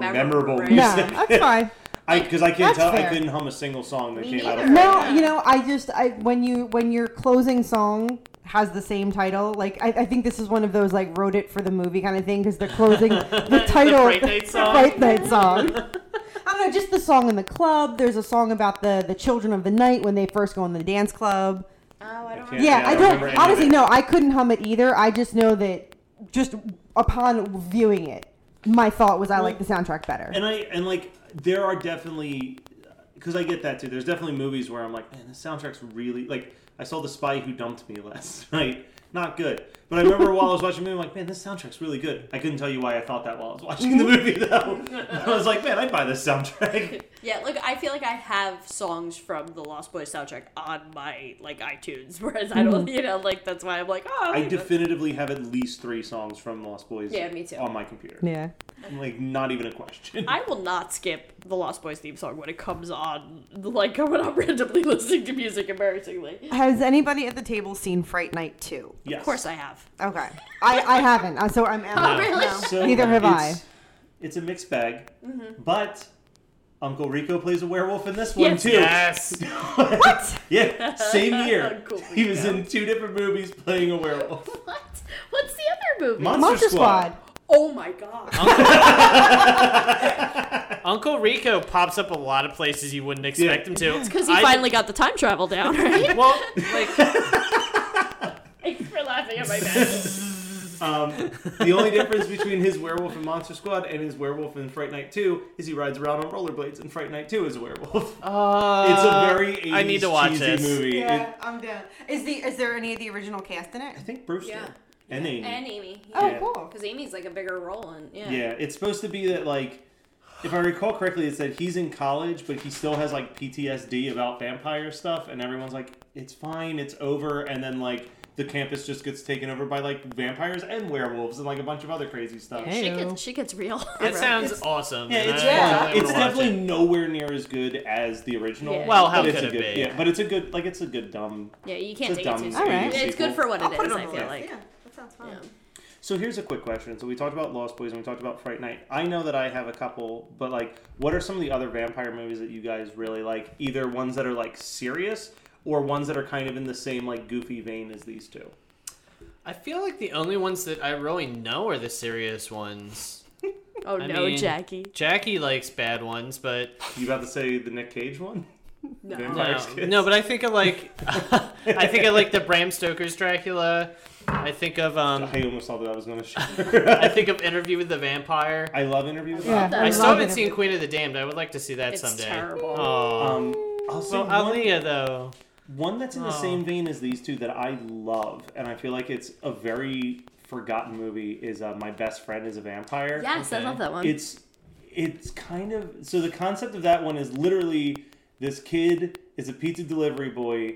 I: memorable
J: Memorable, right?
I: music.
G: No, that's fine.
I: Because I, can't
G: That's
I: tell.
G: fair.
I: I couldn't hum a single song that came out of
G: No, you know I just I when you when your closing song has the same title, like I, I think this is one of those like wrote it for the movie kind of thing because they're closing the
J: The
G: title
J: Fright Night
G: the
J: song?
G: Fright Night song. I don't know, just the song in the club. There's a song about the the children of the night when they first go in the dance club.
H: Oh, I don't
G: Yeah, I don't.
I: remember any of
G: honestly,
I: it.
G: no, I couldn't hum it either. I just know that just upon viewing it, my thought was I like the soundtrack better.
I: And I and like there are definitely because I get that too. There's definitely movies where I'm like, man, the soundtrack's really like. I saw The Spy Who Dumped Me last night, Not good. But I remember while I was watching the movie, I'm like, man, this soundtrack's really good. I couldn't tell you why I thought that while I was watching the movie, though. I was like, man, I'd buy this soundtrack.
H: Yeah, like I feel like I have songs from the Lost Boys soundtrack on my like iTunes, whereas I don't,
I: Mhm.
H: you know, like that's why I'm like, oh,
I: I
H: okay, but-
I: definitively have at least three songs from Lost Boys
H: Yeah, me too.
I: on my computer.
G: Yeah.
I: Like, not even a question.
H: I will not skip the Lost Boys theme song when it comes on, like when I'm randomly listening to music, embarrassingly.
G: Has anybody at the table seen Fright Night 2?
H: Of course I have.
G: Okay. I, I haven't, uh, so I'm out.
I: No. So
G: Neither have I.
I: it's- It's a mixed bag.
H: Mhm.
I: But Uncle Rico plays a werewolf in this one
H: Yes.
I: too.
J: Yes.
I: what? Yeah, same year.
H: Uncle
I: he was
H: Rico.
I: in two different movies playing a werewolf.
H: What? What's the other movie?
I: Monster Monster Squad. Squad.
H: Oh my god.
J: Uncle Rico pops up a lot of places you wouldn't expect him to.
H: It's because he
J: I-
H: finally got the time travel down, right?
J: well,
H: Thanks for laughing at my bad.
I: Um, the only difference between his werewolf in Monster Squad and his werewolf in Fright Night 2 is he rides around on rollerblades, and Fright Night 2 is a werewolf. it's a very 80s
J: Uh, I need to watch
I: cheesy
J: this.
I: movie.
G: Yeah,
I: It-
G: I'm down. Is the is there any of the original cast in it? I
I: think Brewster.
H: Yeah.
I: and Amy.
H: And Amy.
I: Oh, Yeah. cool.
H: Because Amy's like a bigger role in yeah.
I: Yeah. it's supposed to be that like, if I recall correctly, it's that he's in college, but he still has like PTSD about vampire stuff, and everyone's like, "It's fine, it's over," and then like the campus just gets taken over by like vampires and werewolves and like a bunch of other crazy stuff.
H: She gets she gets real.
J: That sounds awesome.
I: Yeah,
J: and
I: it's,
J: I
I: fun.
J: totally
I: it's
J: would watch
I: definitely nowhere near as good as the original.
H: Yeah. Well,
J: how
I: but it's
J: could
I: a
J: it
I: good,
J: be?
I: Yeah, but it's a good like it's a good dumb.
H: Yeah, you can't
I: it's a
H: take it
I: dumb
H: too
I: baby
H: seriously. It's good
I: sequel.
H: for what
G: I'll
H: it
G: put
H: is,
G: it on
H: I
G: the
H: feel
G: list,
H: like.
G: yeah, that sounds fun.
I: So here's a quick question. So we talked about Lost Boys and we talked about Fright Night. I know that I have a couple, but like, what are some of the other vampire movies that you guys really like? Either ones that are like serious or ones that are kind of in the same like goofy vein as these two.
J: I feel like the only ones that I really know are the serious ones.
H: Oh
J: I
H: no,
J: mean,
H: Jackie.
J: Jackie likes bad ones, but
I: you about to say the Nick Cage one?
H: No.
I: Vampire's
J: no,
I: Kiss?
J: no, but I think of like, I think of like the Bram Stoker's Dracula. I think of um.
I: I almost thought that I was going to shoot.
J: I think of Interview with the Vampire.
I: I love Interview with the
J: I,
I: Vampire.
J: still
I: I love
J: haven't seen Queen of the Damned. I would like to see that
I: It's
J: someday. Oh,
I: terrible.
J: Aw.
I: Um, I'll say
J: well,
I: one-
J: Aaliyah though.
I: One that's in the
J: Oh.
I: same vein as these two that I love, and I feel like it's a very forgotten movie, is uh, My Best Friend is a Vampire.
H: Yes, I Okay. love that one.
I: It's it's kind of so the concept of that one is literally this kid is a pizza delivery boy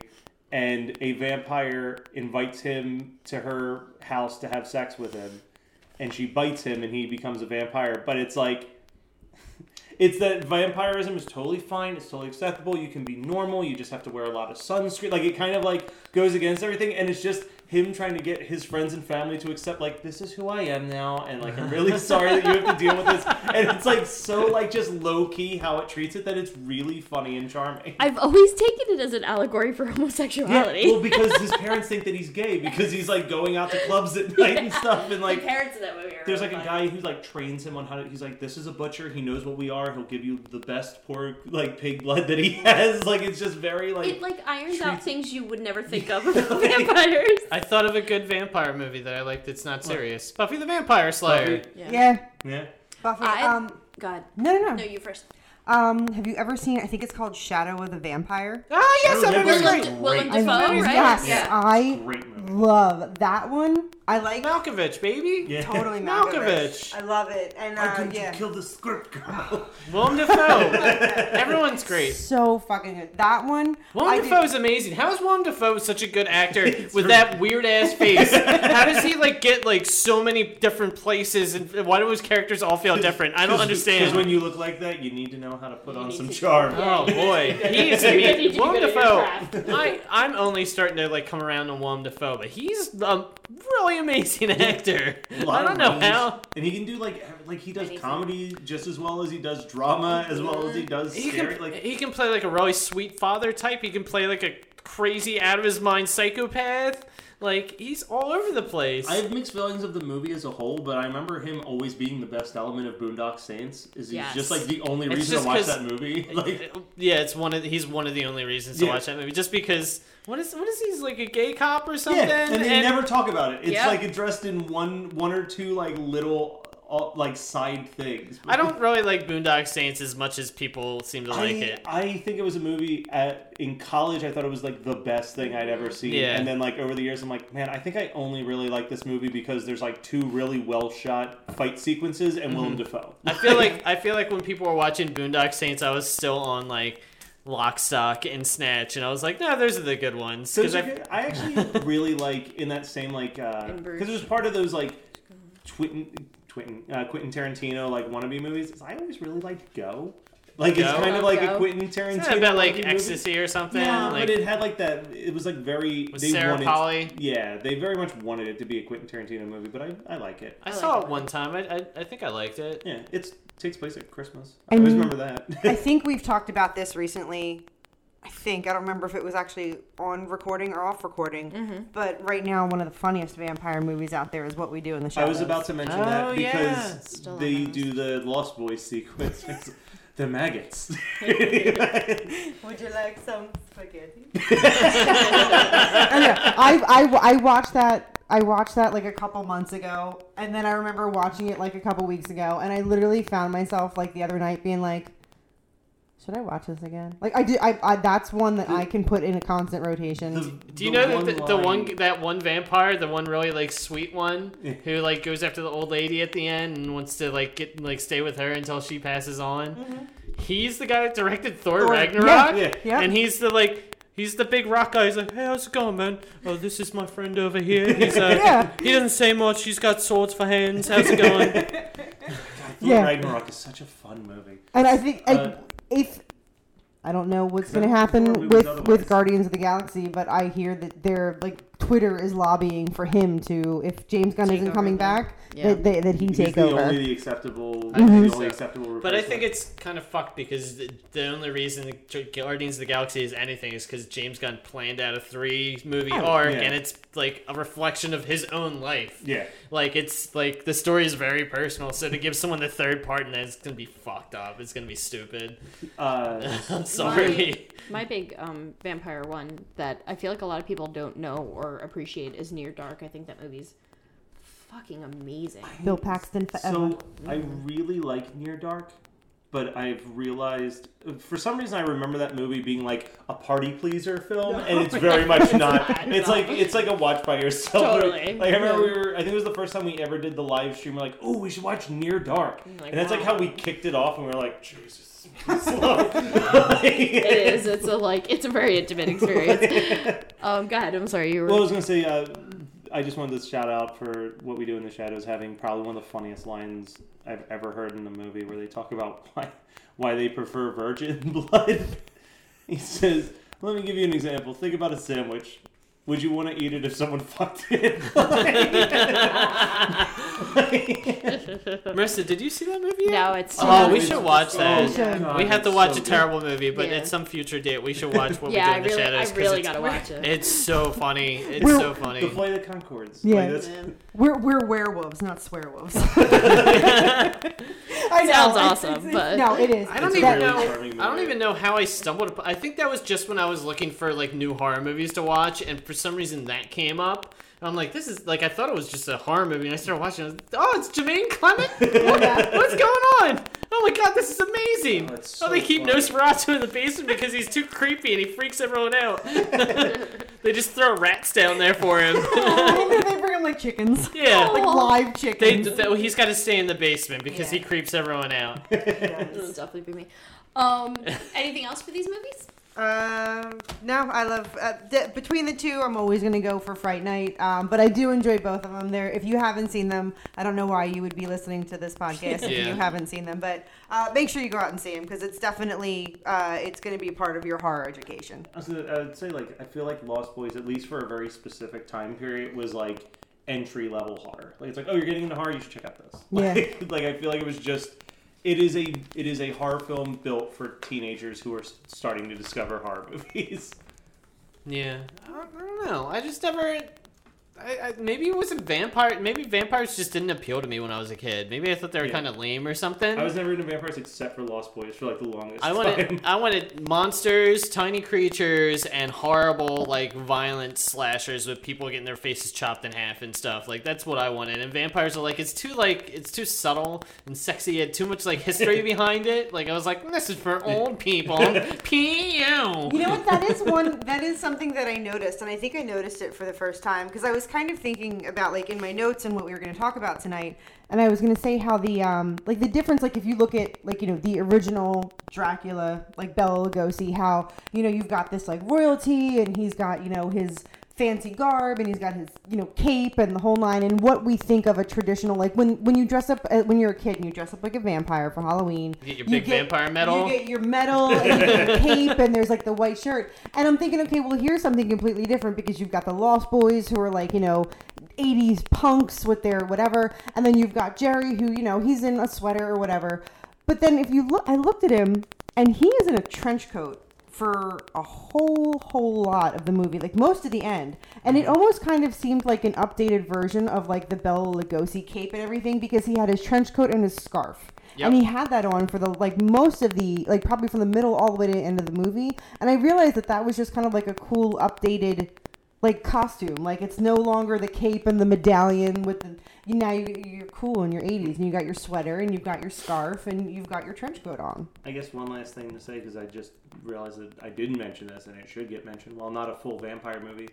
I: and a vampire invites him to her house to have sex with him and she bites him and he becomes a vampire but it's like it's that vampirism is totally fine. It's totally acceptable. You can be normal. You just have to wear a lot of sunscreen. Like it kind of like goes against everything, and it's just him trying to get his friends and family to accept like this is who I am now, and like I'm really sorry that you have to deal with this. And it's like so like just low key how it treats it that it's really funny and charming.
H: I've always taken it as an allegory for homosexuality.
I: well, because his parents think that he's gay because he's like going out to clubs at night and stuff, and like
H: the parents in that movie are
I: there's
H: really
I: like a
H: funny.
I: guy who like trains him on how to. He's like, this is a butcher. He knows what we are. He'll give you the best pork, like pig blood that he has. Like it's just very like.
H: it like irons out things you would never think of about vampires.
J: I thought of a good vampire movie that I liked. It's not serious. Buffy the Vampire Slayer.
I: Buffy.
G: Yeah. Yeah.
I: Yeah.
G: Buffy,
H: I-
G: um,
H: God.
G: No, no, no.
H: No, you first.
G: Um, have you ever seen? I think it's called Shadow of the Vampire.
H: Ah, yes, Shadow of
G: remember
H: the Vampire
G: it.
H: is Willem
G: I
H: Dafoe,
G: remember it.
H: right?
G: Yes, Um,
H: Yeah.
G: I
I: Great
G: love that one. I like
J: Malkovich, baby.
I: Yeah.
G: totally
J: Malkovich.
G: Malkovich. I love it, and uh, yeah,
I: kill the script girl.
J: Willem Dafoe. Everyone's great.
G: so fucking good. That one. I
J: Willem
G: did-
J: Dafoe is amazing. How is Willem Dafoe such a good actor with that weird ass face? How does he like get like so many different places and why do his characters all feel different? I don't
I: Because
J: understand.
I: when you look like that, you need to know how to put on some charm.
J: Oh boy, he is
I: You need
J: amazing.
I: to
J: Willem
I: go to your
J: Dafoe.
I: craft.
J: I I'm only starting to like come around on Willem Dafoe, but he's a really amazing actor.
I: A
J: I
I: lot
J: don't
I: of
J: know
I: range.
J: how.
I: And he can do like ev- like he does comedy just as well as he does drama, as well as he does
J: He
I: scary.
J: can,
I: like
J: he can play like a really sweet father type. He can play like a crazy out of his mind psychopath. Like he's all over the place.
I: I have mixed feelings of the movie as a whole, but I remember him always being the best element of Boondock Saints. Is he's
J: Yes.
I: just like the only
J: It's
I: reason
J: just
I: to watch
J: 'cause-
I: that movie? Like
J: yeah, it's one of he's one of the only reasons to
I: Yeah.
J: watch that movie just because what is what is he he's like a gay cop or something?
I: yeah, and they never talk about it. It's
J: Yeah.
I: like addressed in one one or two like little all, like side things.
J: I don't really like Boondock Saints as much as people seem to
I: I,
J: like it.
I: I think it was a movie at in college. I thought it was like the best thing I'd ever seen.
J: Yeah.
I: And then like over the years, I'm like, man, I think I only really like this movie because there's like two really well shot fight sequences and Willem
J: Mhm.
I: Dafoe.
J: I feel like I feel like when people were watching Boondock Saints, I was still on like Lock, Stock, and Snatch, and I was like, no, those are the good ones.
I: So
J: 'Cause
I: I, I
J: I-
I: actually really like in that same like
J: Inverse.
I: because it was part of those like Twitten, Twitten, uh, Quentin Tarantino like wannabe movies. is I always really liked Go. Like it's
J: Go?
I: kind of like
J: Oh, Go?
I: a Quentin
J: Isn't
I: Tarantino.
J: that about, like,
I: wannabe movie.
J: ecstasy or something?
I: Yeah,
J: Like-
I: but it had like that. It was like very.
J: With
I: they
J: Sarah
I: wanted,
J: Polley?
I: Yeah, they very much wanted it to be a Quentin Tarantino movie, but I, I like it.
J: I saw it one time. I, I I think I liked it.
I: Yeah, it takes place at Christmas.
G: I
I: I always
G: mean-
I: remember that.
G: I think we've talked about this recently. I think I don't remember if it was actually on recording or off recording.
I: Mm-hmm.
G: But right now, one of the funniest vampire movies out there is What We Do in the
I: I
G: Shadows.
I: was about to mention
J: Oh,
I: that because they do the Lost Boys sequence. the maggots.
G: Would you like some spaghetti? anyway, I, I, I watched that. I watched that like a couple months ago, and then I remember watching it like a couple weeks ago, and I literally found myself like the other night being like, "Should I watch this again?" Like I do. I, I that's one that I can put in a constant rotation.
J: Do you know that the, the
G: line-
J: one that one vampire, the one really like sweet one, who like goes after the old lady at the end and wants to like get like stay with her until she passes on? He's the guy that directed Thor,
M: Thor.
J: Ragnarok,
M: Yeah, yeah.
J: and he's the like. He's the big rock guy. He's like, "Hey, how's it going, man? Oh, this is my friend over here. He's uh,
M: Yeah.
J: he doesn't say much. He's got swords for hands. How's it going?"
G: Yeah.
I: Ragnarok is such a fun movie.
G: And I think I-
I: Uh,
G: if I don't know what's
I: Could I
G: going to happen
I: perform
G: with
I: movies
G: with
I: otherwise?
G: Guardians of the Galaxy, but I hear that they're like Twitter is lobbying for him to if James Gunn isn't coming back, that, they, that he
I: He's
G: take
I: the
G: over. Mm-hmm.
I: Only the acceptable.
G: I think
I: The
G: so.
I: only acceptable.
J: But I
I: replacement.
J: think it's kind of fucked because the, the only reason the Gu- Guardians of the Galaxy is anything is because James Gunn planned out a three movie
I: Oh,
J: arc
I: yeah.
J: and it's like a reflection of his own life.
I: Yeah.
J: Like it's like the story is very personal, so to give someone the third part and then it's gonna be fucked up. It's gonna be stupid.
I: Uh,
J: I'm sorry.
H: My, my big um, vampire one that I feel like a lot of people don't know or appreciate is Near Dark. I think that movie's fucking amazing.
G: Bill Paxton forever.
I: So I really like Near Dark, but I've realized for some reason I remember that movie being like a party pleaser film, and it's very much
M: It's
I: not.
M: not,
I: It's
M: no.
I: like it's like a watch by yourself.
M: Totally.
I: Like I remember
M: Yeah.
I: we were. I think it was the first time we ever did the live stream. We're like, oh, we should watch Near Dark,
M: Like,
I: and that's like
M: wow.
I: how we kicked it off, and we were like, Jesus.
H: it is. It's a like. It's a very intimate experience. um, go ahead. I'm sorry. You were.
I: Well, I was gonna say, uh, I just wanted to shout out for what we do in the shadows, having probably one of the funniest lines I've ever heard in a movie, where they talk about why why they prefer virgin blood. he says, "Let me give you an example. Think about a sandwich." Would you want to eat it if someone fucked it?
J: Marissa, did you see that movie?
H: No, it's.
J: Oh, we
H: it's-
J: should watch that.
H: it's-
J: we have to
I: Oh it's
J: watch
I: so
J: a terrible
I: good.
J: movie, but
H: Yeah.
J: at some future date, we should watch what
H: Yeah, I
J: we do in
H: really-
J: the
H: I
J: shadows. 'cause
H: really
J: it's-
H: gotta watch it.
J: It's so funny. It's
G: We're-
J: so funny.
I: The flight of the Concords.
G: Yeah.
I: Like, that's-
G: We're we're werewolves, not swearwolves.
H: Sounds
G: It's-
H: awesome,
G: it's- it's-
H: but-
G: no, it is.
J: I don't
G: It's
J: even
G: that-
J: know. I don't even know how I stumbled. Upon, I think that was just when I was looking for like new horror movies to watch, and for some reason that came up. And I'm like, this is like I thought it was just a horror movie, and I started watching. it. I was, oh, it's Jermaine Clement. What- what's going on? Oh my god, this is amazing. Oh, they keep Nosferatu in the basement because he's too creepy and he freaks everyone out. they just throw rats down there for him.
G: I think they bring him like chickens.
J: Yeah.
G: like live
J: they,
G: chickens.
J: th- he's got to stay in the basement because he creeps everyone out.
H: This is definitely be me. Um, anything else for these movies?
G: Um, no, I love uh, th- between the two. I'm always gonna go for Fright Night, um, but I do enjoy both of them. There, if you haven't seen them, I don't know why you would be listening to this podcast if
H: Yeah.
G: you haven't seen them. But uh, make sure you go out and see them because it's definitely uh, it's gonna be part of your horror education.
I: I was gonna- I would say like I feel like Lost Boys, at least for a very specific time period, was like entry level horror. Like it's like, oh, you're getting into horror, you should check out this.
M: Yeah.
I: Like, like, I feel like it was just it is a it is a horror film built for teenagers who are s- starting to discover horror movies.
J: Yeah. I don't know. I just never I, I, maybe it wasn't vampire. Maybe vampires just didn't appeal to me when I was a kid. Maybe I thought they were
I: Yeah.
J: kind of lame or something.
I: I was never into vampires except for Lost Boys for like the longest
J: I
I: time.
J: wanted I wanted monsters, tiny creatures, and horrible like violent slashers with people getting their faces chopped in half and stuff. Like that's what I wanted. And vampires are like it's too like it's too subtle and sexy. It had too much like history behind it. Like I was like this is for old people. P U.
G: You know what? That is one. That is something that I noticed, and I think I noticed it for the first time because I was kind of thinking about like in my notes and what we were going to talk about tonight, and I was going to say how the um like the difference like if you look at like you know the original Dracula like Bela Lugosi, how you know you've got this like royalty and he's got you know his fancy garb and he's got his you know cape and the whole nine and what we think of a traditional like when when you dress up uh, when you're a kid and you dress up like a vampire for Halloween
J: You get your
G: you
J: big
G: get-
J: vampire medal.
G: you get your medal and you get your cape and there's like the white shirt. And I'm thinking, okay, well here's something completely different because you've got the Lost Boys who are like, you know, 80s punks with their whatever, and then you've got Jerry who, you know, he's in a sweater or whatever. But then if you look I looked at him and he is in a trench coat for a whole whole lot of the movie, like most of the end, and it almost kind of seemed like an updated version of like the Bela Lugosi cape and everything because he had his trench coat and his scarf,
J: Yep.
G: and he had that on for the like most of the like probably from the middle all the way to the end of the movie, and I realized that that was just kind of like a cool updated like costume like it's no longer the cape and the medallion with the you now you, you're cool in your 80s and you got your sweater and you've got your scarf and you've got your trench coat on
I: I guess one last thing to say because I just realized that I didn't mention this and it should get mentioned. While not a full vampire movie,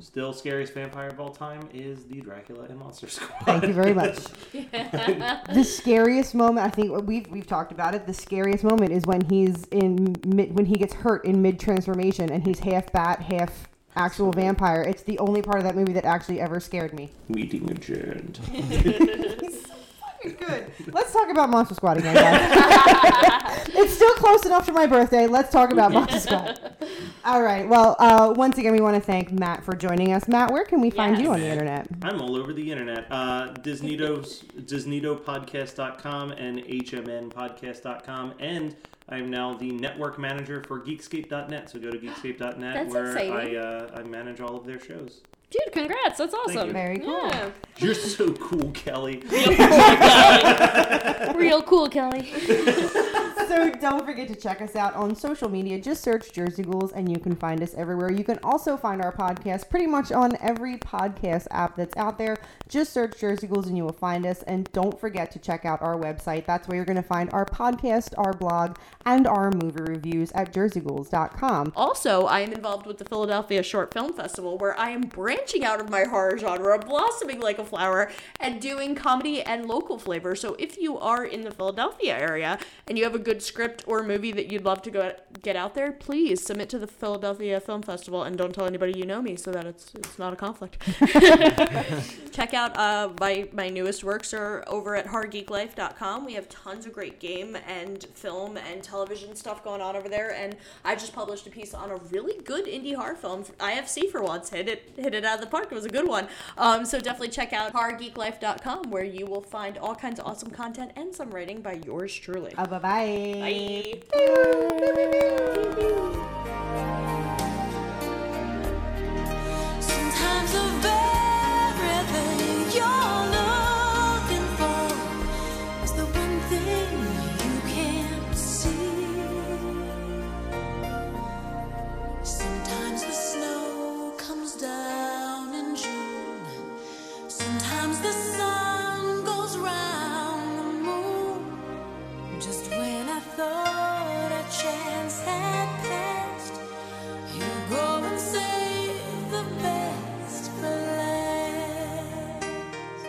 I: still scariest vampire of all time is the Dracula and Monster Squad.
G: Thank you very much. the scariest moment, I think we've we've talked about it. The scariest moment is when he's in mid, when he gets hurt in mid transformation and he's half bat, half actual vampire. It's the only part of that movie that actually ever scared me.
I: Meeting adjourned.
G: Good. Let's talk about Monster Squad again, guys. it's still close enough to my birthday. Let's talk about Monster Squad. All right. Well, uh, once again, we want to thank Matt for joining us. Matt, where can we find you on the internet?
I: I'm all over the internet. Uh, Disneydo's, DisneydoPodcast.com and HMNPodcast.com. And I'm now the network manager for Geekscape.net. So go to Geekscape.net
H: That's
I: where I,
H: exciting.
I: uh, I manage all of their shows.
H: Dude, congrats. That's awesome.
I: you.
H: Very cool.
I: You're so cool, Kelly.
H: Real cool, Kelly.
G: so don't forget to check us out on social media. Just search Jersey Ghouls and you can find us everywhere. You can also find our podcast pretty much on every podcast app that's out there. Just search Jersey Ghouls and you will find us. And don't forget to check out our website. That's where you're going to find our podcast, our blog, and our movie reviews at jerseyghouls.com.
H: Um, Also, I am involved with the Philadelphia Short Film Festival, where I am branching out of my horror genre, blossoming like a flower, and doing comedy and local flavor. So, if you are in the Philadelphia area and you have a good script or movie that you'd love to go get out there, please submit to the Philadelphia Film Festival, and don't tell anybody you know me, so that it's it's not a conflict. Check out uh, my my newest works are over at hardgeeklife.com. We have tons of great game and film and television stuff going on over there. And I just published a piece on a really good indie horror film. IFC for once hit it hit it out of the park. It was a good one. Um, so definitely check out hardgeeklife.com where you will find all kinds of awesome content and some writing by yours truly.
G: Uh, bye-bye.
C: Sometimes of everything you're looking for is the one thing you can't see. Sometimes the snow comes down in June. Sometimes the sun goes round the moon. Just when I thought a chance had passed. You go and save the best for last.